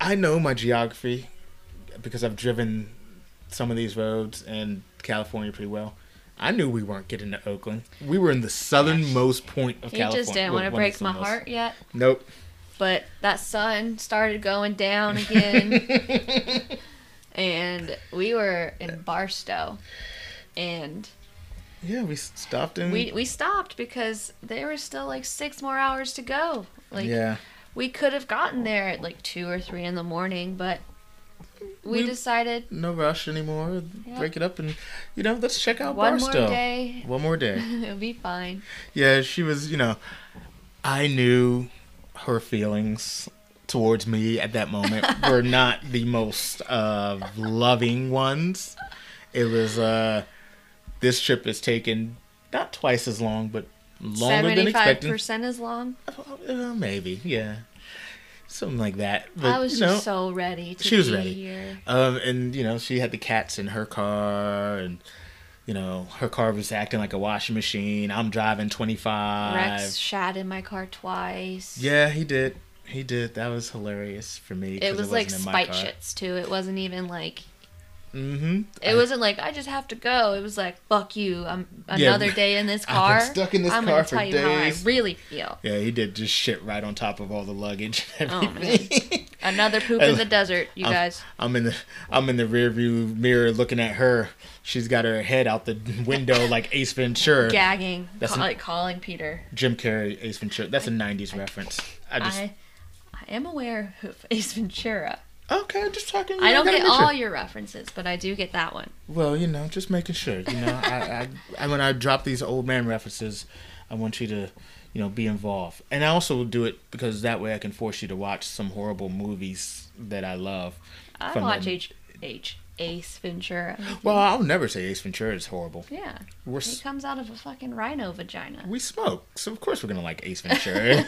Speaker 1: I know my geography because I've driven some of these roads in California pretty well. I knew we weren't getting to Oakland. We were in the southernmost point of
Speaker 2: He
Speaker 1: California.
Speaker 2: just didn't
Speaker 1: well,
Speaker 2: want to
Speaker 1: one of
Speaker 2: break
Speaker 1: the
Speaker 2: my
Speaker 1: southernmost.
Speaker 2: heart yet,
Speaker 1: Nope.
Speaker 2: but that sun started going down again. and we were in Barstow, and
Speaker 1: yeah, we s- stopped in.
Speaker 2: we we stopped because there were still like six more hours to go. Like
Speaker 1: yeah,
Speaker 2: we could have gotten there at like two or three in the morning, but we,
Speaker 1: We-
Speaker 2: decided
Speaker 1: no rush anymore.
Speaker 2: Yeah.
Speaker 1: Break it up and, you know, let's check out
Speaker 2: one
Speaker 1: Barstow.
Speaker 2: more day
Speaker 1: One more day.
Speaker 2: it'll be fine.
Speaker 1: Yeah, she was, you know, I knew her feelings towards me at that moment were not the most uh, loving ones. It was, uh, this trip is taken not twice as long, but longer than
Speaker 2: Seventy five
Speaker 1: expected.
Speaker 2: percent as long.
Speaker 1: Uh, maybe, yeah. Something like that. But,
Speaker 2: I was
Speaker 1: you
Speaker 2: just
Speaker 1: know,
Speaker 2: so ready to
Speaker 1: she was
Speaker 2: be
Speaker 1: ready.
Speaker 2: here.
Speaker 1: Um, and you know, she had the cats in her car, and you know, her car was acting like a washing machine. I'm driving 25.
Speaker 2: Rex shat in my car twice.
Speaker 1: Uh, Yeah, he did. He did. That was hilarious for me.
Speaker 2: It was like spite shits too. It wasn't even like
Speaker 1: Mm-hmm.
Speaker 2: it wasn't like I just have to go. It was like fuck you. I'm
Speaker 1: Yeah.
Speaker 2: another day in this
Speaker 1: I've been
Speaker 2: car.
Speaker 1: stuck in this
Speaker 2: I'm
Speaker 1: car
Speaker 2: gonna
Speaker 1: for
Speaker 2: tell you how I
Speaker 1: days.
Speaker 2: really feel.
Speaker 1: Yeah, he did just shit right on top of all the luggage and
Speaker 2: Oh, man.
Speaker 1: everything.
Speaker 2: Another poop in the desert, you
Speaker 1: I'm-
Speaker 2: guys.
Speaker 1: I'm in the I'm in the rearview mirror looking at her. She's got her head out the window like Ace Ventura.
Speaker 2: Gagging,
Speaker 1: That's
Speaker 2: ca-
Speaker 1: an-
Speaker 2: like calling Peter.
Speaker 1: Jim Carrey, Ace Ventura. That's a '90s reference. I just
Speaker 2: I, I am aware of Ace Ventura.
Speaker 1: okay, just talking.
Speaker 2: I don't
Speaker 1: gotta
Speaker 2: get all
Speaker 1: you.
Speaker 2: your references, but I do get that one.
Speaker 1: Well, you know, just making sure. You know, I, I, I when I drop these old man references, I want you to, you know, be involved. And I also do it because that way I can force you to watch some horrible movies that I love.
Speaker 2: I
Speaker 1: from
Speaker 2: watch
Speaker 1: the-
Speaker 2: H, H Ace Ventura.
Speaker 1: Well, I'll never say Ace Ventura is horrible.
Speaker 2: Yeah,
Speaker 1: We're
Speaker 2: he
Speaker 1: s-
Speaker 2: comes out of a fucking rhino vagina.
Speaker 1: we smoke, so of course we're gonna like Ace Ventura.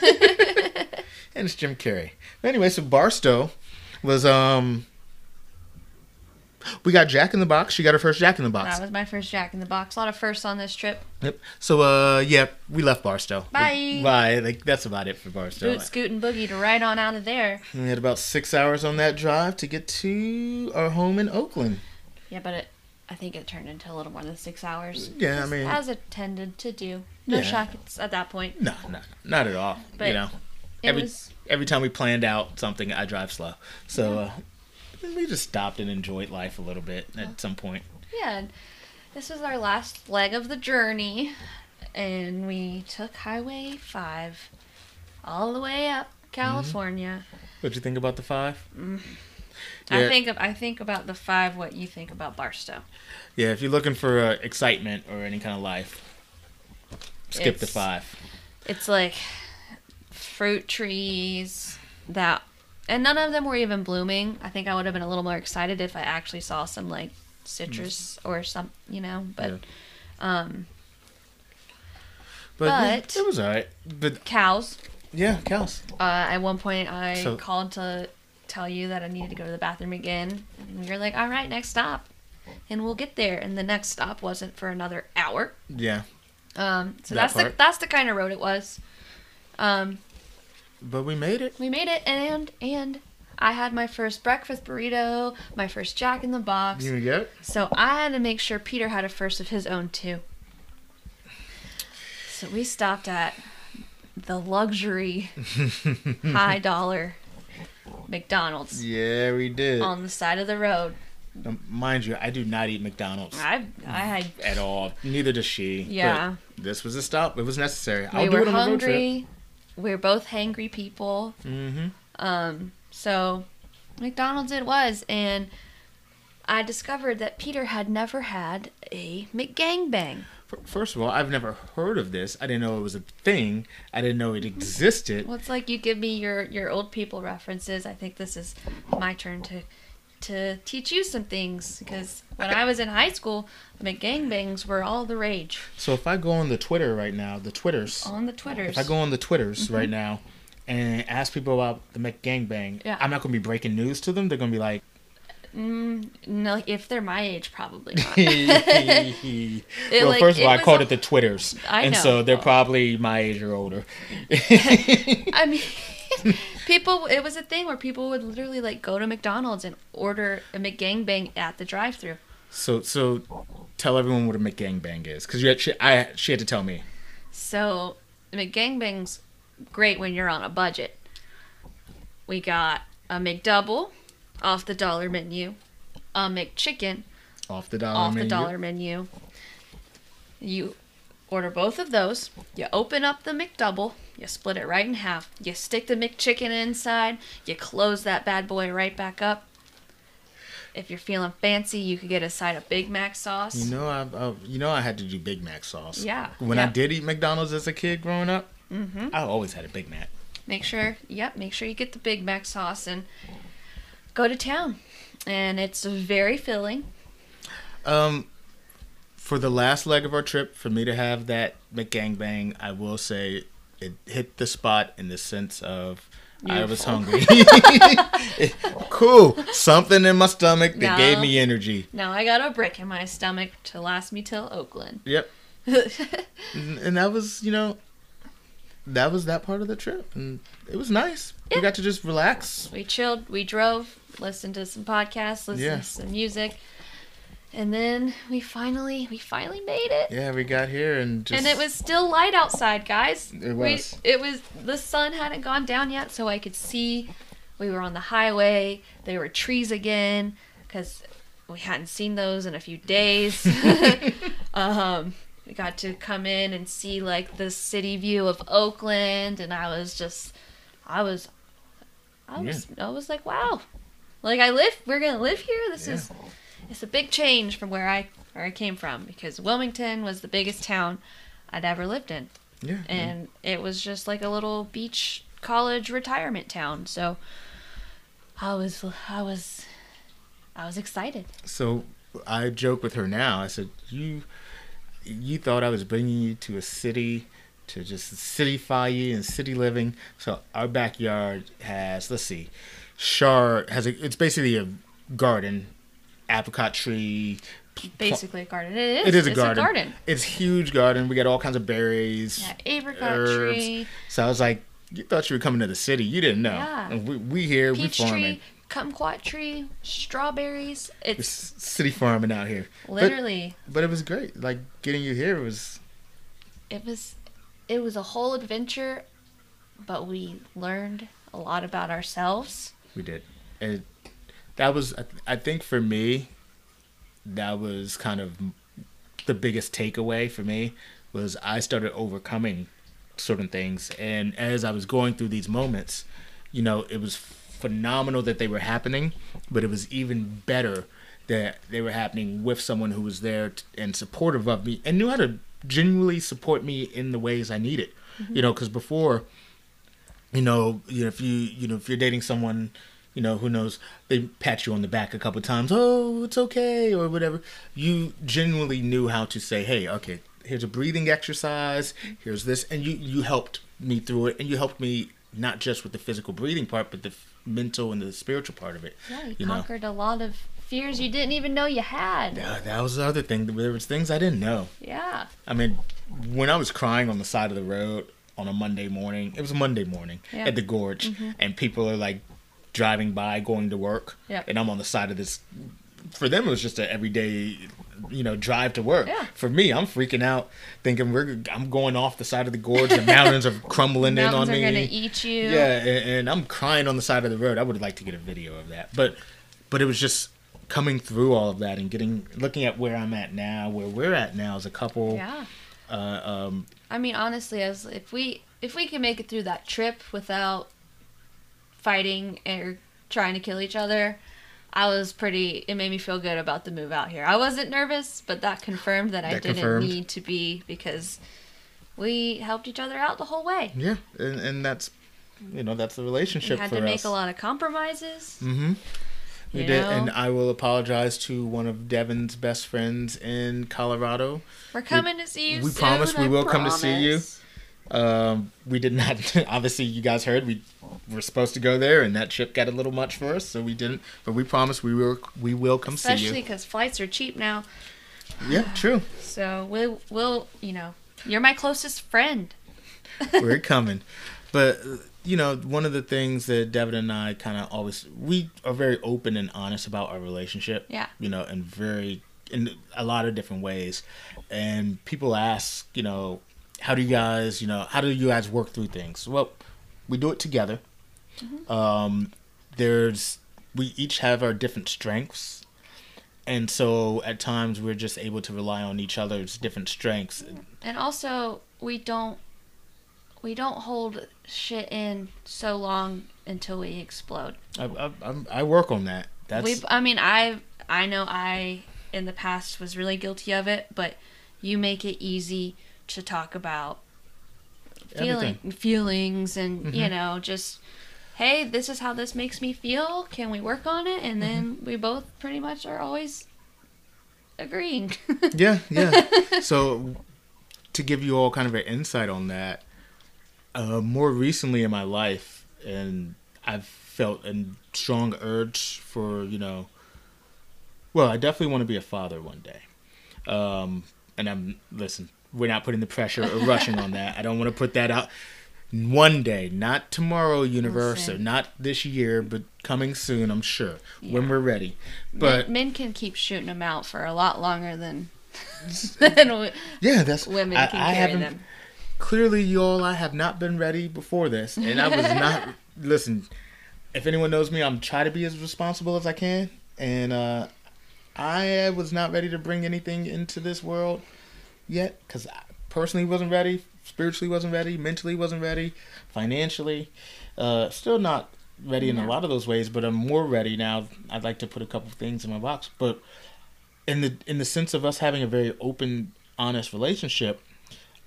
Speaker 1: and it's Jim Carrey. But anyway, so Barstow was um. We got Jack in the Box. She got her first Jack in the Box.
Speaker 2: That was my first Jack in the Box. A lot of firsts on this trip.
Speaker 1: Yep. So, uh, yeah, we left Barstow.
Speaker 2: Bye.
Speaker 1: Bye. Like that's about it for Barstow.
Speaker 2: Boot, scoot, and boogie to right on out of there.
Speaker 1: We had about six hours on that drive to get to our home in Oakland.
Speaker 2: Yeah, but it, I think it turned into a little more than six hours.
Speaker 1: Yeah, I
Speaker 2: As-
Speaker 1: mean-
Speaker 2: as it tended to do. No
Speaker 1: Yeah.
Speaker 2: shockets at that point.
Speaker 1: No, no, not at all.
Speaker 2: But
Speaker 1: you know,
Speaker 2: It
Speaker 1: every
Speaker 2: was
Speaker 1: every time we planned out something, I drive slow. So uh, we just stopped and enjoyed life a little bit at some point.
Speaker 2: Yeah, and this was our last leg of the journey, and we took Highway 5 all the way up California.
Speaker 1: What'd you think about the five?
Speaker 2: I
Speaker 1: Mm-hmm. Yeah.
Speaker 2: think of, I think about the five what you think about Barstow.
Speaker 1: Yeah, if you're looking for uh, excitement or any kind of life, skip the
Speaker 2: It's-
Speaker 1: five.
Speaker 2: It's like fruit trees that, and none of them were even blooming. I think I would have been a little more excited if I actually saw some like citrus or some, you know. But
Speaker 1: Mm. Yeah.
Speaker 2: Um,
Speaker 1: But, yeah,
Speaker 2: But-
Speaker 1: it was all right. But
Speaker 2: cows.
Speaker 1: yeah, cows.
Speaker 2: Uh, at one point, I
Speaker 1: So-
Speaker 2: called to tell you that I needed to go to the bathroom again. And you're like, all right, next stop. And we'll get there. And the next stop wasn't for another hour.
Speaker 1: Yeah.
Speaker 2: Um, so
Speaker 1: That
Speaker 2: that's the,
Speaker 1: part.
Speaker 2: that's the kind of road it was. Um,
Speaker 1: But we made it.
Speaker 2: we made it. And, and I had my first breakfast burrito, my first Jack in the Box.
Speaker 1: You get it?
Speaker 2: So I had to make sure Peter had a first of his own too. So we stopped at the luxury high dollar McDonald's
Speaker 1: Yeah, we did.
Speaker 2: on the side of the road.
Speaker 1: Um, Mind you, I do not eat McDonald's
Speaker 2: I I had
Speaker 1: at all. Neither does she. but
Speaker 2: Yeah.
Speaker 1: this was a stop. It was necessary. I'll
Speaker 2: we
Speaker 1: do
Speaker 2: were
Speaker 1: it on the road trip.
Speaker 2: hungry. We are both hangry people.
Speaker 1: Mm-hmm.
Speaker 2: Um so McDonald's it was and I discovered that Peter had never had a McGangbang.
Speaker 1: F- First of all, I've never heard of this. I didn't know it was a thing. I didn't know it existed.
Speaker 2: Well, it's like you give me your your old people references. I think this is my turn to to teach you some things because when I was in high school, McGangbangs were all the rage
Speaker 1: So if I go on the Twitter right now, the Twitters,
Speaker 2: on the twitters.
Speaker 1: if I go on the Twitters
Speaker 2: Mm-hmm.
Speaker 1: right now and ask people about the McGangbang,
Speaker 2: Yeah.
Speaker 1: I'm not going to be breaking news to them. They're going to be like,
Speaker 2: mm, no, if they're my age, probably not.
Speaker 1: well,
Speaker 2: like,
Speaker 1: first of all,
Speaker 2: it
Speaker 1: I
Speaker 2: was
Speaker 1: called
Speaker 2: a-
Speaker 1: it the Twitters.
Speaker 2: I
Speaker 1: and
Speaker 2: know.
Speaker 1: so they're probably my age or older.
Speaker 2: I mean. People, it was a thing where people would literally like go to McDonald's and order a McGangbang at the drive-through.
Speaker 1: So so tell everyone what a McGangbang is cuz you had, she, I she had to tell me.
Speaker 2: So, McGangbang's great when you're on a budget. We got a McDouble off the dollar menu, a McChicken
Speaker 1: Off the dollar
Speaker 2: off the
Speaker 1: menu.
Speaker 2: dollar menu. You order both of those, you open up the McDouble, you split it right in half, you stick the McChicken inside, you close that bad boy right back up. If you're feeling fancy, you could get a side of Big Mac sauce.
Speaker 1: You know I, I you know I had to do Big Mac sauce.
Speaker 2: Yeah,
Speaker 1: When I
Speaker 2: yeah. Mm-hmm.
Speaker 1: did eat McDonald's as a kid growing up, I always had a Big Mac.
Speaker 2: Make sure, yep, make sure you get the Big Mac sauce and go to town. And it's very filling.
Speaker 1: Um, for the last leg of our trip, for me to have that McGangbang, I will say it hit the spot in the sense of I was hungry. cool. Something in my stomach that gave
Speaker 2: No.
Speaker 1: me energy.
Speaker 2: Now I got a brick in my stomach to last me till Oakland.
Speaker 1: Yep. And and that was, you know, that was that part of the trip. And it was nice.
Speaker 2: Yeah.
Speaker 1: We got to just relax.
Speaker 2: we chilled, we drove, listened to some podcasts, listened
Speaker 1: Yeah.
Speaker 2: to some music. And then we finally we finally made it.
Speaker 1: Yeah, we got here and just.
Speaker 2: And it was still light outside, guys.
Speaker 1: It
Speaker 2: We-
Speaker 1: was.
Speaker 2: it was the sun hadn't gone down yet, so I could see. We were on the highway. There were trees again, because we hadn't seen those in a few days. um, we got to come in and see like the city view of Oakland, and I was just, I was, I was, I was like, wow, like I live. We're gonna live here. This
Speaker 1: Yeah.
Speaker 2: is, it's a big change from where I where I came from because Wilmington was the biggest town I'd ever lived in
Speaker 1: Yeah.
Speaker 2: and it was just like a little beach college retirement town. So I was I was I was excited.
Speaker 1: So I joke with her now. I said, "You, you thought I was bringing you to a city, to just cityfy you and city living. So our backyard has, let's see, Char has a. It's basically a garden, apricot tree.
Speaker 2: Basically a garden. It is.
Speaker 1: It is a
Speaker 2: it's
Speaker 1: garden.
Speaker 2: a garden.
Speaker 1: It's huge garden. We got all kinds of berries.
Speaker 2: Yeah, apricot
Speaker 1: herbs.
Speaker 2: tree,
Speaker 1: So I was like, you thought you were coming to the city. You didn't know.
Speaker 2: Yeah.
Speaker 1: And we, we here, we
Speaker 2: peach
Speaker 1: farming.
Speaker 2: tree, kumquat tree, strawberries.
Speaker 1: It's
Speaker 2: It's
Speaker 1: city farming out here. But-
Speaker 2: literally
Speaker 1: but it was great. Like getting you here was
Speaker 2: it was it was a whole adventure, but we learned a lot about ourselves.
Speaker 1: We did. And that was, I th- I think for me, that was kind of m- the biggest takeaway for me was I started overcoming certain things. And as I was going through these moments, you know, it was phenomenal that they were happening, but it was even better that they were happening with someone who was there t- and supportive of me and knew how to genuinely support me in the ways I needed. You know, because before, you know, you know, if you you know if you're dating someone, you know, who knows? They pat you on the back a couple times. Oh, it's okay, or whatever. You genuinely knew how to say, "Hey, okay, here's a breathing exercise. Here's this," and you you helped me through it, and you helped me not just with the physical breathing part, but the f- mental and the spiritual part of it.
Speaker 2: Yeah, you,
Speaker 1: you know.
Speaker 2: conquered a lot of fears you didn't even know you had.
Speaker 1: Yeah, Uh, that was the other thing. There was things I didn't know.
Speaker 2: Yeah.
Speaker 1: I mean, when I was crying on the side of the road on a Monday morning, it was a Monday morning
Speaker 2: Yeah. Mm-hmm.
Speaker 1: at the gorge, and people are like driving by, going to work,
Speaker 2: Yep.
Speaker 1: and I'm on the side of this. For them, it was just an everyday, you know, drive to work.
Speaker 2: Yeah.
Speaker 1: For me, I'm freaking out, thinking we're I'm going off the side of the gorge. The mountains are crumbling in
Speaker 2: Mountains are
Speaker 1: on me.
Speaker 2: gonna eat you.
Speaker 1: Yeah, and, and I'm crying on the side of the road. I would like to get a video of that, but but it was just coming through all of that and getting looking at where I'm at now, where we're at now as a couple.
Speaker 2: Yeah.
Speaker 1: Uh, um,
Speaker 2: I mean, honestly, as if we if we can make it through that trip without fighting or trying to kill each other, I was pretty. It made me feel good about the move out here. I wasn't nervous, but that confirmed that, I
Speaker 1: That
Speaker 2: didn't
Speaker 1: confirmed.
Speaker 2: need to be because we helped each other out the whole way.
Speaker 1: yeah, and, and that's you know that's the
Speaker 2: We
Speaker 1: relationship
Speaker 2: had
Speaker 1: for
Speaker 2: to make
Speaker 1: us.
Speaker 2: a lot of compromises.
Speaker 1: Mm-hmm. We
Speaker 2: You
Speaker 1: did,
Speaker 2: know?
Speaker 1: and I will apologize to one of Devin's best friends in Colorado.
Speaker 2: We're coming to see you.
Speaker 1: we
Speaker 2: soon,
Speaker 1: promise we
Speaker 2: I
Speaker 1: will come to see you.
Speaker 2: promise.
Speaker 1: Um, we did not. Obviously, you guys heard we were supposed to go there, and that trip got a little much for us, so we didn't. But we promise we will. We will come
Speaker 2: Especially
Speaker 1: see
Speaker 2: because flights are cheap now,
Speaker 1: you. Yeah, true.
Speaker 2: so we'll we'll you know you're my closest friend.
Speaker 1: we're coming. But uh, you know, one of the things that Devin and I kind of always we are very open and honest about our relationship.
Speaker 2: Yeah.
Speaker 1: You know, and very in a lot of different ways. And people ask, you know, how do you guys, you know, how do you guys work through things? Well, we do it together. Um, there's we each have our different strengths. And so at times we're just able to rely on each other's different strengths.
Speaker 2: And also, we don't we don't hold shit in so long until we explode.
Speaker 1: I, I, I'm- I work on that. That's
Speaker 2: We I mean, I I know I in the past was really guilty of it, but you make it easy to talk about feeling
Speaker 1: Everything. Mm-hmm.
Speaker 2: feelings and you know just hey this is how this makes me feel can we work on it
Speaker 1: Mm-hmm.
Speaker 2: and then we both pretty much are always agreeing
Speaker 1: Yeah, yeah. so to give you all kind of an insight on that, uh, more recently in my life, and I've felt a strong urge for you know, well, I definitely want to be a father one day. Um, and I'm listen, we're not putting the pressure or rushing on that. I don't want to put that out. One day, not tomorrow, universe, or
Speaker 2: Listen.
Speaker 1: not this year, but coming soon, I'm sure, when
Speaker 2: Yeah.
Speaker 1: we're ready.
Speaker 2: Men-
Speaker 1: But
Speaker 2: men can keep shooting them out for a lot longer than than we,
Speaker 1: yeah, that's
Speaker 2: women
Speaker 1: I-
Speaker 2: can
Speaker 1: I
Speaker 2: carry
Speaker 1: haven't-
Speaker 2: them.
Speaker 1: clearly y'all i have not been ready before this and i was not listen if anyone knows me i'm try to be as responsible as i can and uh i was not ready to bring anything into this world yet because i personally wasn't ready spiritually wasn't ready mentally wasn't ready financially uh still not ready in a lot of those ways but i'm more ready now i'd like to put a couple things in my box but in the in the sense of us having a very open honest relationship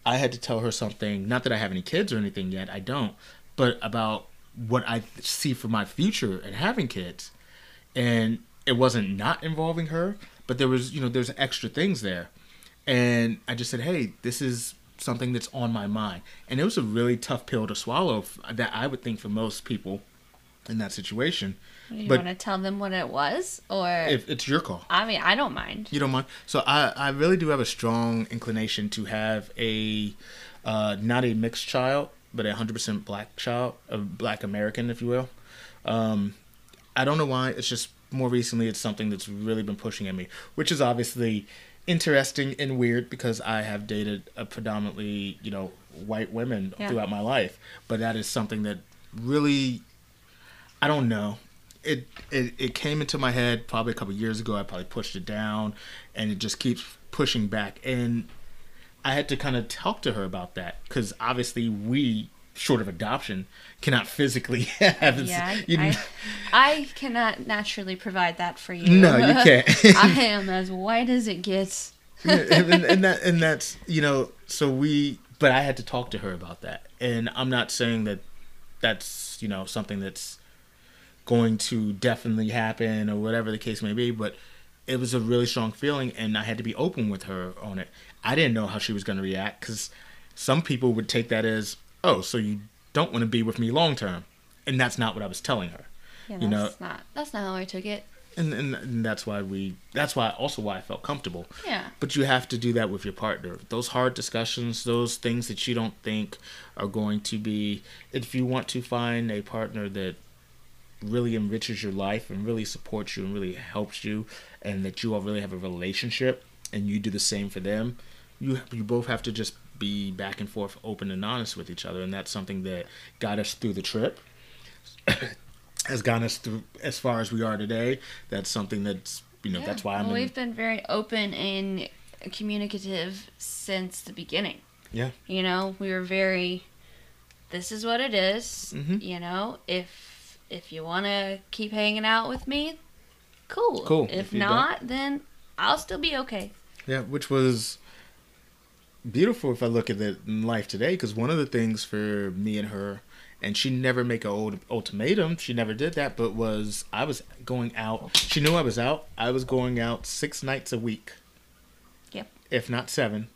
Speaker 1: I had to tell her something. Not that I have any kids or anything yet, I don't, but about what I see for my future and having kids. And it wasn't not involving her, but there was, you know, there's extra things there. And I just said, hey, this is something that's on my mind. And it was a really tough pill to swallow f- that I would think for most people in that situation.
Speaker 2: You
Speaker 1: but
Speaker 2: want to tell them what it was, or
Speaker 1: if it's your call.
Speaker 2: I mean, I don't mind.
Speaker 1: You don't mind. So I, I really do have a strong inclination to have a, uh, not a mixed child, but a hundred percent black child, a black American, if you will. Um, I don't know why. It's just more recently, it's something that's really been pushing at me, which is obviously interesting and weird because I have dated a predominantly, you know, white women
Speaker 2: Yeah.
Speaker 1: throughout my life, but that is something that really I don't know. It, it it came into my head probably a couple years ago. I probably pushed it down, and it just keeps pushing back. And I had to kind of talk to her about that because obviously we, short of adoption, cannot physically have.
Speaker 2: Yeah,
Speaker 1: you,
Speaker 2: I, I cannot naturally provide that for you.
Speaker 1: no, you can't.
Speaker 2: I am as white as it gets.
Speaker 1: and, and- and that and that's you know so we but I had to talk to her about that and I'm not saying that that's you know something that's going to definitely happen or whatever the case may be, but it was a really strong feeling and I had to be open with her on it. I didn't know how she was going to react cuz some people would take that as, "Oh, so you don't want to be with me long term." And that's not what I was telling her.
Speaker 2: Yeah,
Speaker 1: You know-
Speaker 2: that's not that's not how I took it.
Speaker 1: And, and and that's why we that's why also why I felt comfortable.
Speaker 2: Yeah.
Speaker 1: But you have to do that with your partner. Those hard discussions, those things that you don't think are going to be if you want to find a partner that really enriches your life and really supports you and really helps you and that you all really have a relationship and you do the same for them, you you both have to just be back and forth open and honest with each other and that's something that got us through the trip has gotten us through as far as we are today. That's something that's you know
Speaker 2: Yeah.
Speaker 1: that's why I'm
Speaker 2: Well,
Speaker 1: in,
Speaker 2: we've been very open and communicative since the beginning.
Speaker 1: Yeah.
Speaker 2: You know, we were very this is what it is,
Speaker 1: Mhm.
Speaker 2: You know, if if you want to keep hanging out with me, cool.
Speaker 1: Cool.
Speaker 2: If,
Speaker 1: If you don't-
Speaker 2: not, then I'll still be okay.
Speaker 1: Yeah, which was beautiful if I look at it in life today. Because one of the things for me and her, and she never make a old ultimatum. She never did that. But was I was going out. She knew I was out. I was going out six nights a week.
Speaker 2: Yep.
Speaker 1: If not seven,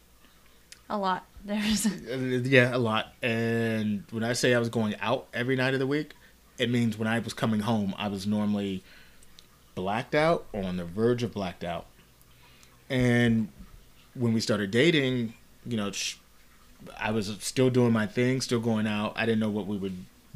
Speaker 2: A lot. There's
Speaker 1: Uh, yeah, a lot. And when I say I was going out every night of the week, it means when I was coming home, I was normally blacked out or on the verge of blacked out. And when we started dating, you know, sh- I was still doing my thing, still going out. I didn't know what we were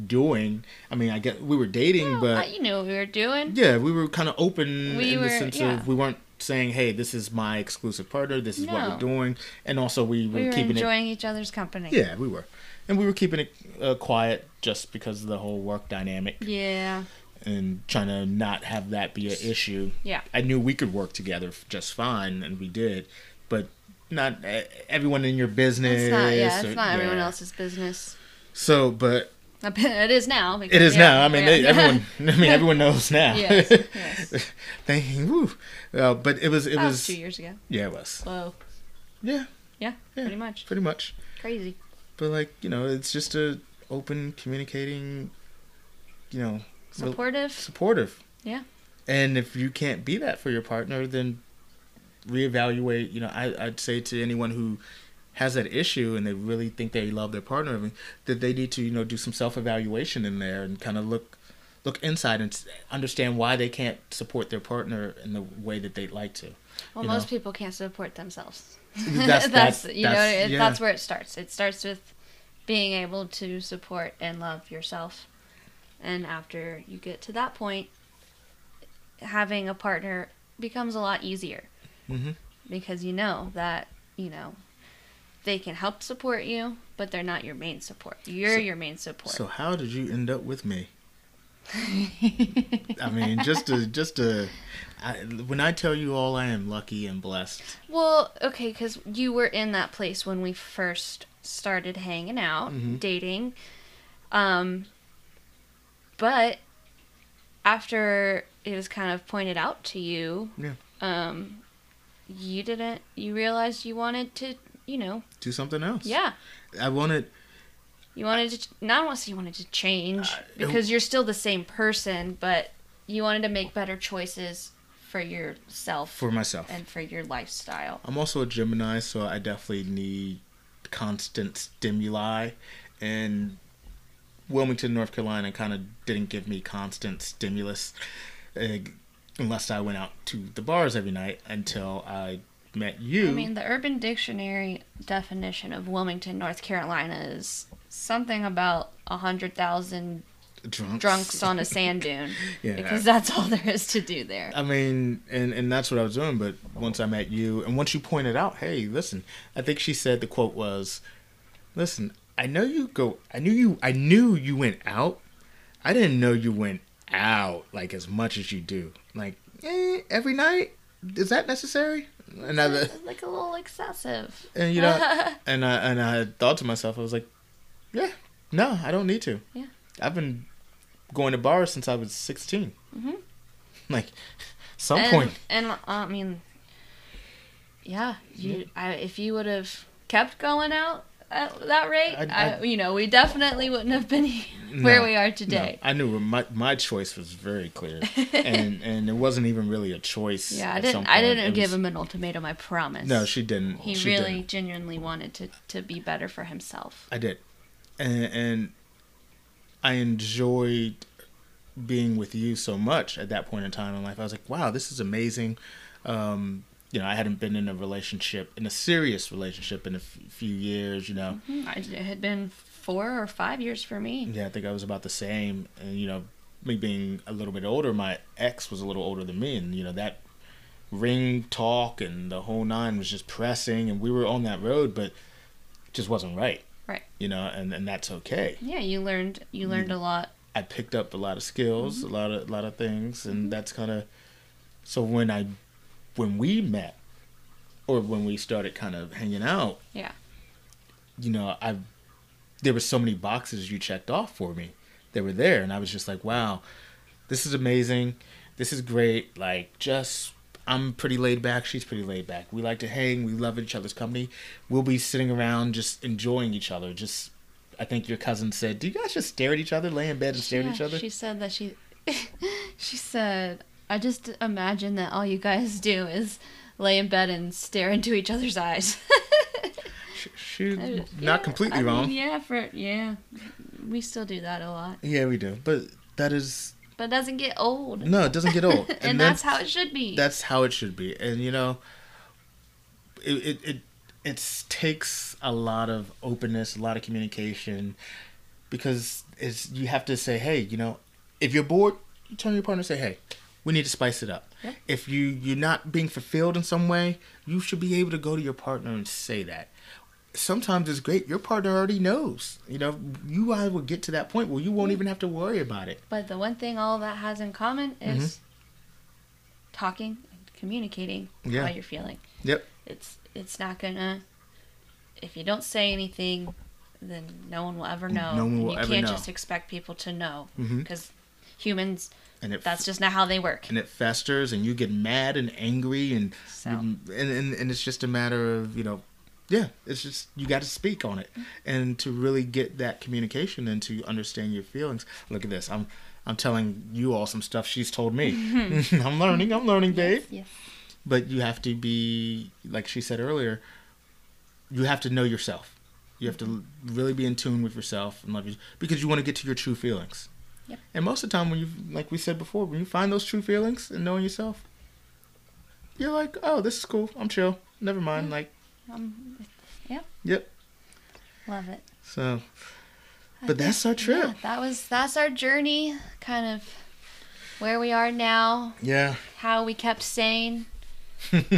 Speaker 1: doing. I mean, I guess we were dating,
Speaker 2: Well,
Speaker 1: but
Speaker 2: you knew what we were doing.
Speaker 1: yeah, we were kind of open
Speaker 2: We
Speaker 1: in
Speaker 2: were-
Speaker 1: the sense
Speaker 2: yeah.
Speaker 1: of we weren't saying, "Hey, this is my exclusive partner. This is what
Speaker 2: No.
Speaker 1: we're doing," and also we were,
Speaker 2: we were
Speaker 1: keeping it
Speaker 2: enjoying each other's company.
Speaker 1: yeah, we were, and we were keeping it uh, quiet just because of the whole work dynamic
Speaker 2: Yeah.
Speaker 1: and trying to not have that be an issue.
Speaker 2: Yeah.
Speaker 1: I knew we could work together f- just fine, and we did, but not uh, everyone in your business.
Speaker 2: It's not. Yeah. It's
Speaker 1: or-
Speaker 2: not everyone
Speaker 1: yeah.
Speaker 2: else's business.
Speaker 1: So, but
Speaker 2: It is now. because-
Speaker 1: it is
Speaker 2: yeah,
Speaker 1: now. I mean,
Speaker 2: yeah.
Speaker 1: they- everyone. I mean, everyone knows now.
Speaker 2: yes. yes. That
Speaker 1: Thank you. Woo. Uh, but it was. It
Speaker 2: was,
Speaker 1: was.
Speaker 2: two years ago.
Speaker 1: yeah, it was.
Speaker 2: Whoa.
Speaker 1: Yeah,
Speaker 2: Yeah,
Speaker 1: Yeah.
Speaker 2: Pretty much.
Speaker 1: pretty much.
Speaker 2: Crazy.
Speaker 1: But like you know, it's just a open communicating. You know, Well-
Speaker 2: Supportive.
Speaker 1: supportive.
Speaker 2: Yeah.
Speaker 1: And if you can't be that for your partner, then reevaluate. You know, I, I'd say to anyone who has that issue and they really think they love their partner, I mean, that they need to you know do some self evaluation in there and kind of look look inside and s- understand why they can't support their partner in the way that they'd like to.
Speaker 2: Well,
Speaker 1: you
Speaker 2: most
Speaker 1: know.
Speaker 2: people can't support themselves.
Speaker 1: That's- that's- that's-
Speaker 2: you know it,
Speaker 1: yeah.
Speaker 2: that's where it starts. It starts with being able to support and love yourself, and after you get to that point, having a partner becomes a lot easier
Speaker 1: Mm-hmm.
Speaker 2: because you know that you know they can help support you, but they're not your main support. You're
Speaker 1: So-
Speaker 2: your main support.
Speaker 1: So how did you end up with me? I mean, just to just to, I, when I tell you all, I am lucky and blessed.
Speaker 2: Well, okay, because you were in that place when we first started hanging out,
Speaker 1: Mhm.
Speaker 2: dating. Um, but after it was kind of pointed out to you,
Speaker 1: Yeah.
Speaker 2: um, you didn't, you realized you wanted to, you know,
Speaker 1: Do something else.
Speaker 2: yeah.
Speaker 1: I wanted
Speaker 2: You wanted to, not want to say you wanted to change
Speaker 1: I-
Speaker 2: because you're still the same person, but you wanted to make better choices for yourself
Speaker 1: for myself.
Speaker 2: and for your lifestyle.
Speaker 1: I'm also a Gemini, so I definitely need constant stimuli. And Wilmington, North Carolina, kind of didn't give me constant stimulus uh, unless I went out to the bars every night until I met you.
Speaker 2: I mean, the Urban Dictionary definition of Wilmington, North Carolina is something about a 100,000
Speaker 1: drunks.
Speaker 2: drunks on a sand dune
Speaker 1: Yeah.
Speaker 2: because that's all there is to do there.
Speaker 1: I mean, and, and that's what I was doing. But once I met you, and once you pointed out, hey, listen, I think she said the quote was, "Listen, I know you go. I knew you. I knew you went out. I didn't know you went out like as much as you do. Like eh, every night. Is that necessary?" And I,
Speaker 2: It's like a little excessive.
Speaker 1: and you know, and I and I thought to myself, I was like, "Yeah, no, I don't need to.
Speaker 2: Yeah.
Speaker 1: I've been going to bars since I was 16.
Speaker 2: Mhm.
Speaker 1: Like, some
Speaker 2: and,
Speaker 1: point."
Speaker 2: And uh, I mean, yeah, you, I, if you would have kept going out, at that rate,
Speaker 1: I-
Speaker 2: I,
Speaker 1: I-
Speaker 2: you know, we definitely wouldn't have been where
Speaker 1: No,
Speaker 2: we are
Speaker 1: No,
Speaker 2: today.
Speaker 1: I knew my my choice was very clear, and and it wasn't even really a choice.
Speaker 2: Yeah, I
Speaker 1: at some
Speaker 2: didn't. I
Speaker 1: point.
Speaker 2: didn't
Speaker 1: It
Speaker 2: give
Speaker 1: was-
Speaker 2: him an ultimatum. I promise.
Speaker 1: No, she didn't.
Speaker 2: he
Speaker 1: She
Speaker 2: really
Speaker 1: didn't.
Speaker 2: genuinely wanted to to be better for himself.
Speaker 1: I did, and, and I enjoyed being with you so much at that point in time in life. I was like, wow, this is amazing. Um, you know, I hadn't been in a relationship, in a serious relationship, in a f- few years. You know,
Speaker 2: Hmm, I, it had been four or five years for me.
Speaker 1: Yeah, I think I was about the same. And, you know, me being a little bit older, my ex was a little older than me. And, you know, that ring talk and the whole nine was just pressing. And we were on that road, but it just wasn't right.
Speaker 2: Right.
Speaker 1: You know, and, and that's okay.
Speaker 2: Yeah, you learned. You
Speaker 1: Mm.
Speaker 2: learned a lot.
Speaker 1: I picked up a lot of skills, a lot of a lot of things, and that's kind of so when I when we met or when we started kind of hanging out,
Speaker 2: Yeah.
Speaker 1: you know, I there were so many boxes you checked off for me that were there, and I was just like, wow, this is amazing, this is great. Like, just I'm pretty laid back, she's pretty laid back. We like to hang, we love each other's company. We'll be sitting around just enjoying each other. Just, I think your cousin said, do you guys just stare at each other, lay in bed and stare
Speaker 2: yeah,
Speaker 1: at each other?
Speaker 2: She said that she. she said, "I just imagine that all you guys do is lay in bed and stare into each other's eyes."
Speaker 1: Sh- She's
Speaker 2: I-
Speaker 1: not
Speaker 2: yeah,
Speaker 1: completely
Speaker 2: I mean,
Speaker 1: wrong.
Speaker 2: yeah, for yeah, we still do that a lot,
Speaker 1: yeah, we do, but that is
Speaker 2: but it doesn't get old.
Speaker 1: no, it doesn't get old,
Speaker 2: and,
Speaker 1: then-
Speaker 2: that's how it should be.
Speaker 1: That's how it should be, and you know, it it it it's, takes a lot of openness, a lot of communication, because it's you have to say, hey, you know, if you're bored, you turn to your partner and say, hey, we need to spice it up.
Speaker 2: Yep.
Speaker 1: If you you're not being fulfilled in some way, you should be able to go to your partner and say that. Sometimes it's great. Your partner already knows. You know, you I will get to that point where you won't even have to worry about it.
Speaker 2: But the one thing all that has in common
Speaker 1: Mm-hmm.
Speaker 2: is talking and communicating
Speaker 1: Yeah.
Speaker 2: how you're feeling.
Speaker 1: Yep.
Speaker 2: It's it's not gonna if you don't say anything, then no one will ever know.
Speaker 1: No one
Speaker 2: and
Speaker 1: will
Speaker 2: you
Speaker 1: ever
Speaker 2: can't
Speaker 1: know.
Speaker 2: just expect people to know
Speaker 1: Mhm.
Speaker 2: because humans
Speaker 1: And it
Speaker 2: that's just not how they work.
Speaker 1: and it festers and you get mad and angry and
Speaker 2: So.
Speaker 1: and, and and it's just a matter of you know yeah it's just you got to speak on it and to really get that communication and to understand your feelings look at this i'm i'm telling you all some stuff she's told me i'm learning i'm learning babe
Speaker 2: Mm-hmm. Yes.
Speaker 1: but you have to be like she said earlier you have to know yourself you have to really be in tune with yourself and love you because you want to get to your true feelings
Speaker 2: Yep.
Speaker 1: and most of the time when you like we said before when you find those true feelings and knowing yourself you're like oh this is cool i'm chill never mind like
Speaker 2: Um, yep.
Speaker 1: Yep.
Speaker 2: Love it.
Speaker 1: so but that's our trip
Speaker 2: Yeah, that was that's our journey, kind of where we are now,
Speaker 1: yeah,
Speaker 2: how we kept sane.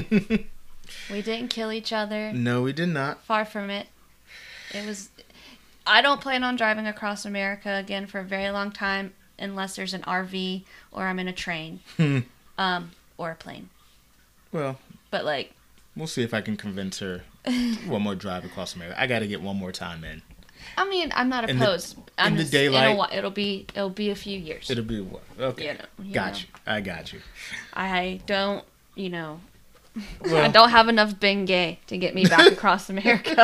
Speaker 2: We didn't kill each other.
Speaker 1: no we did not
Speaker 2: Far from it. It was. I don't plan on driving across America again for a very long time unless there's an RV or I'm in a train,
Speaker 1: Hmm.
Speaker 2: um, or a plane.
Speaker 1: well
Speaker 2: But like,
Speaker 1: we'll see if i can convince her one more drive across america i gotta get one more time in
Speaker 2: I mean, I'm not
Speaker 1: In the-
Speaker 2: opposed.
Speaker 1: in
Speaker 2: I'm
Speaker 1: the
Speaker 2: it'll
Speaker 1: daylight-
Speaker 2: wa- It'll be it'll be a few years.
Speaker 1: it'll be what okay
Speaker 2: You know, you
Speaker 1: got
Speaker 2: know.
Speaker 1: you i got you
Speaker 2: I don't, you know, I
Speaker 1: Well-
Speaker 2: don't have enough Bengay to get me back across America.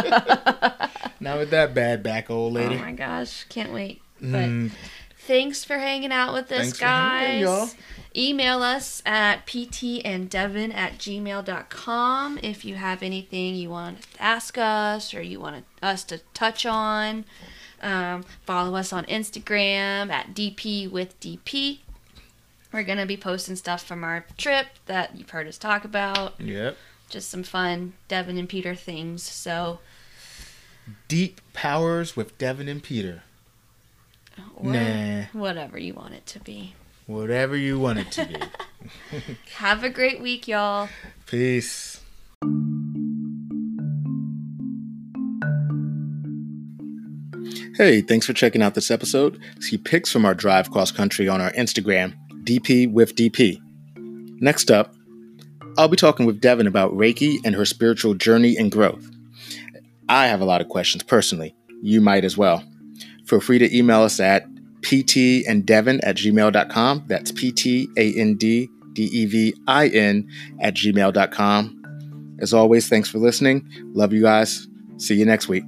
Speaker 1: Not with that bad back old
Speaker 2: oh
Speaker 1: lady.
Speaker 2: my gosh, can't wait. But
Speaker 1: Mm,
Speaker 2: thanks for hanging out with us,
Speaker 1: Thanks for
Speaker 2: guys.
Speaker 1: hanging out, y'all.
Speaker 2: Email us at ptanddevin at gmail.com if you have anything you want to ask us or you want us to touch on. Um, follow us on Instagram at DP with DP. We're going to be posting stuff from our trip that you've heard us talk about
Speaker 1: yep.
Speaker 2: just some fun Devin and Peter things. So,
Speaker 1: Deep powers with Devin and Peter.
Speaker 2: or
Speaker 1: Nah.
Speaker 2: whatever you want it to be.
Speaker 1: Whatever you want it to be.
Speaker 2: Have a great week, y'all.
Speaker 1: Peace. Hey, thanks for checking out this episode. See pics from our drive cross country on our Instagram, DP with DP. Next up, I'll be talking with Devin about Reiki and her spiritual journey and growth. I have a lot of questions personally. You might as well. Feel free to email us at ptanddevin at gmail.com. That's P T A N D D E V I N at gmail.com. As always, thanks for listening. Love you guys. See you next week.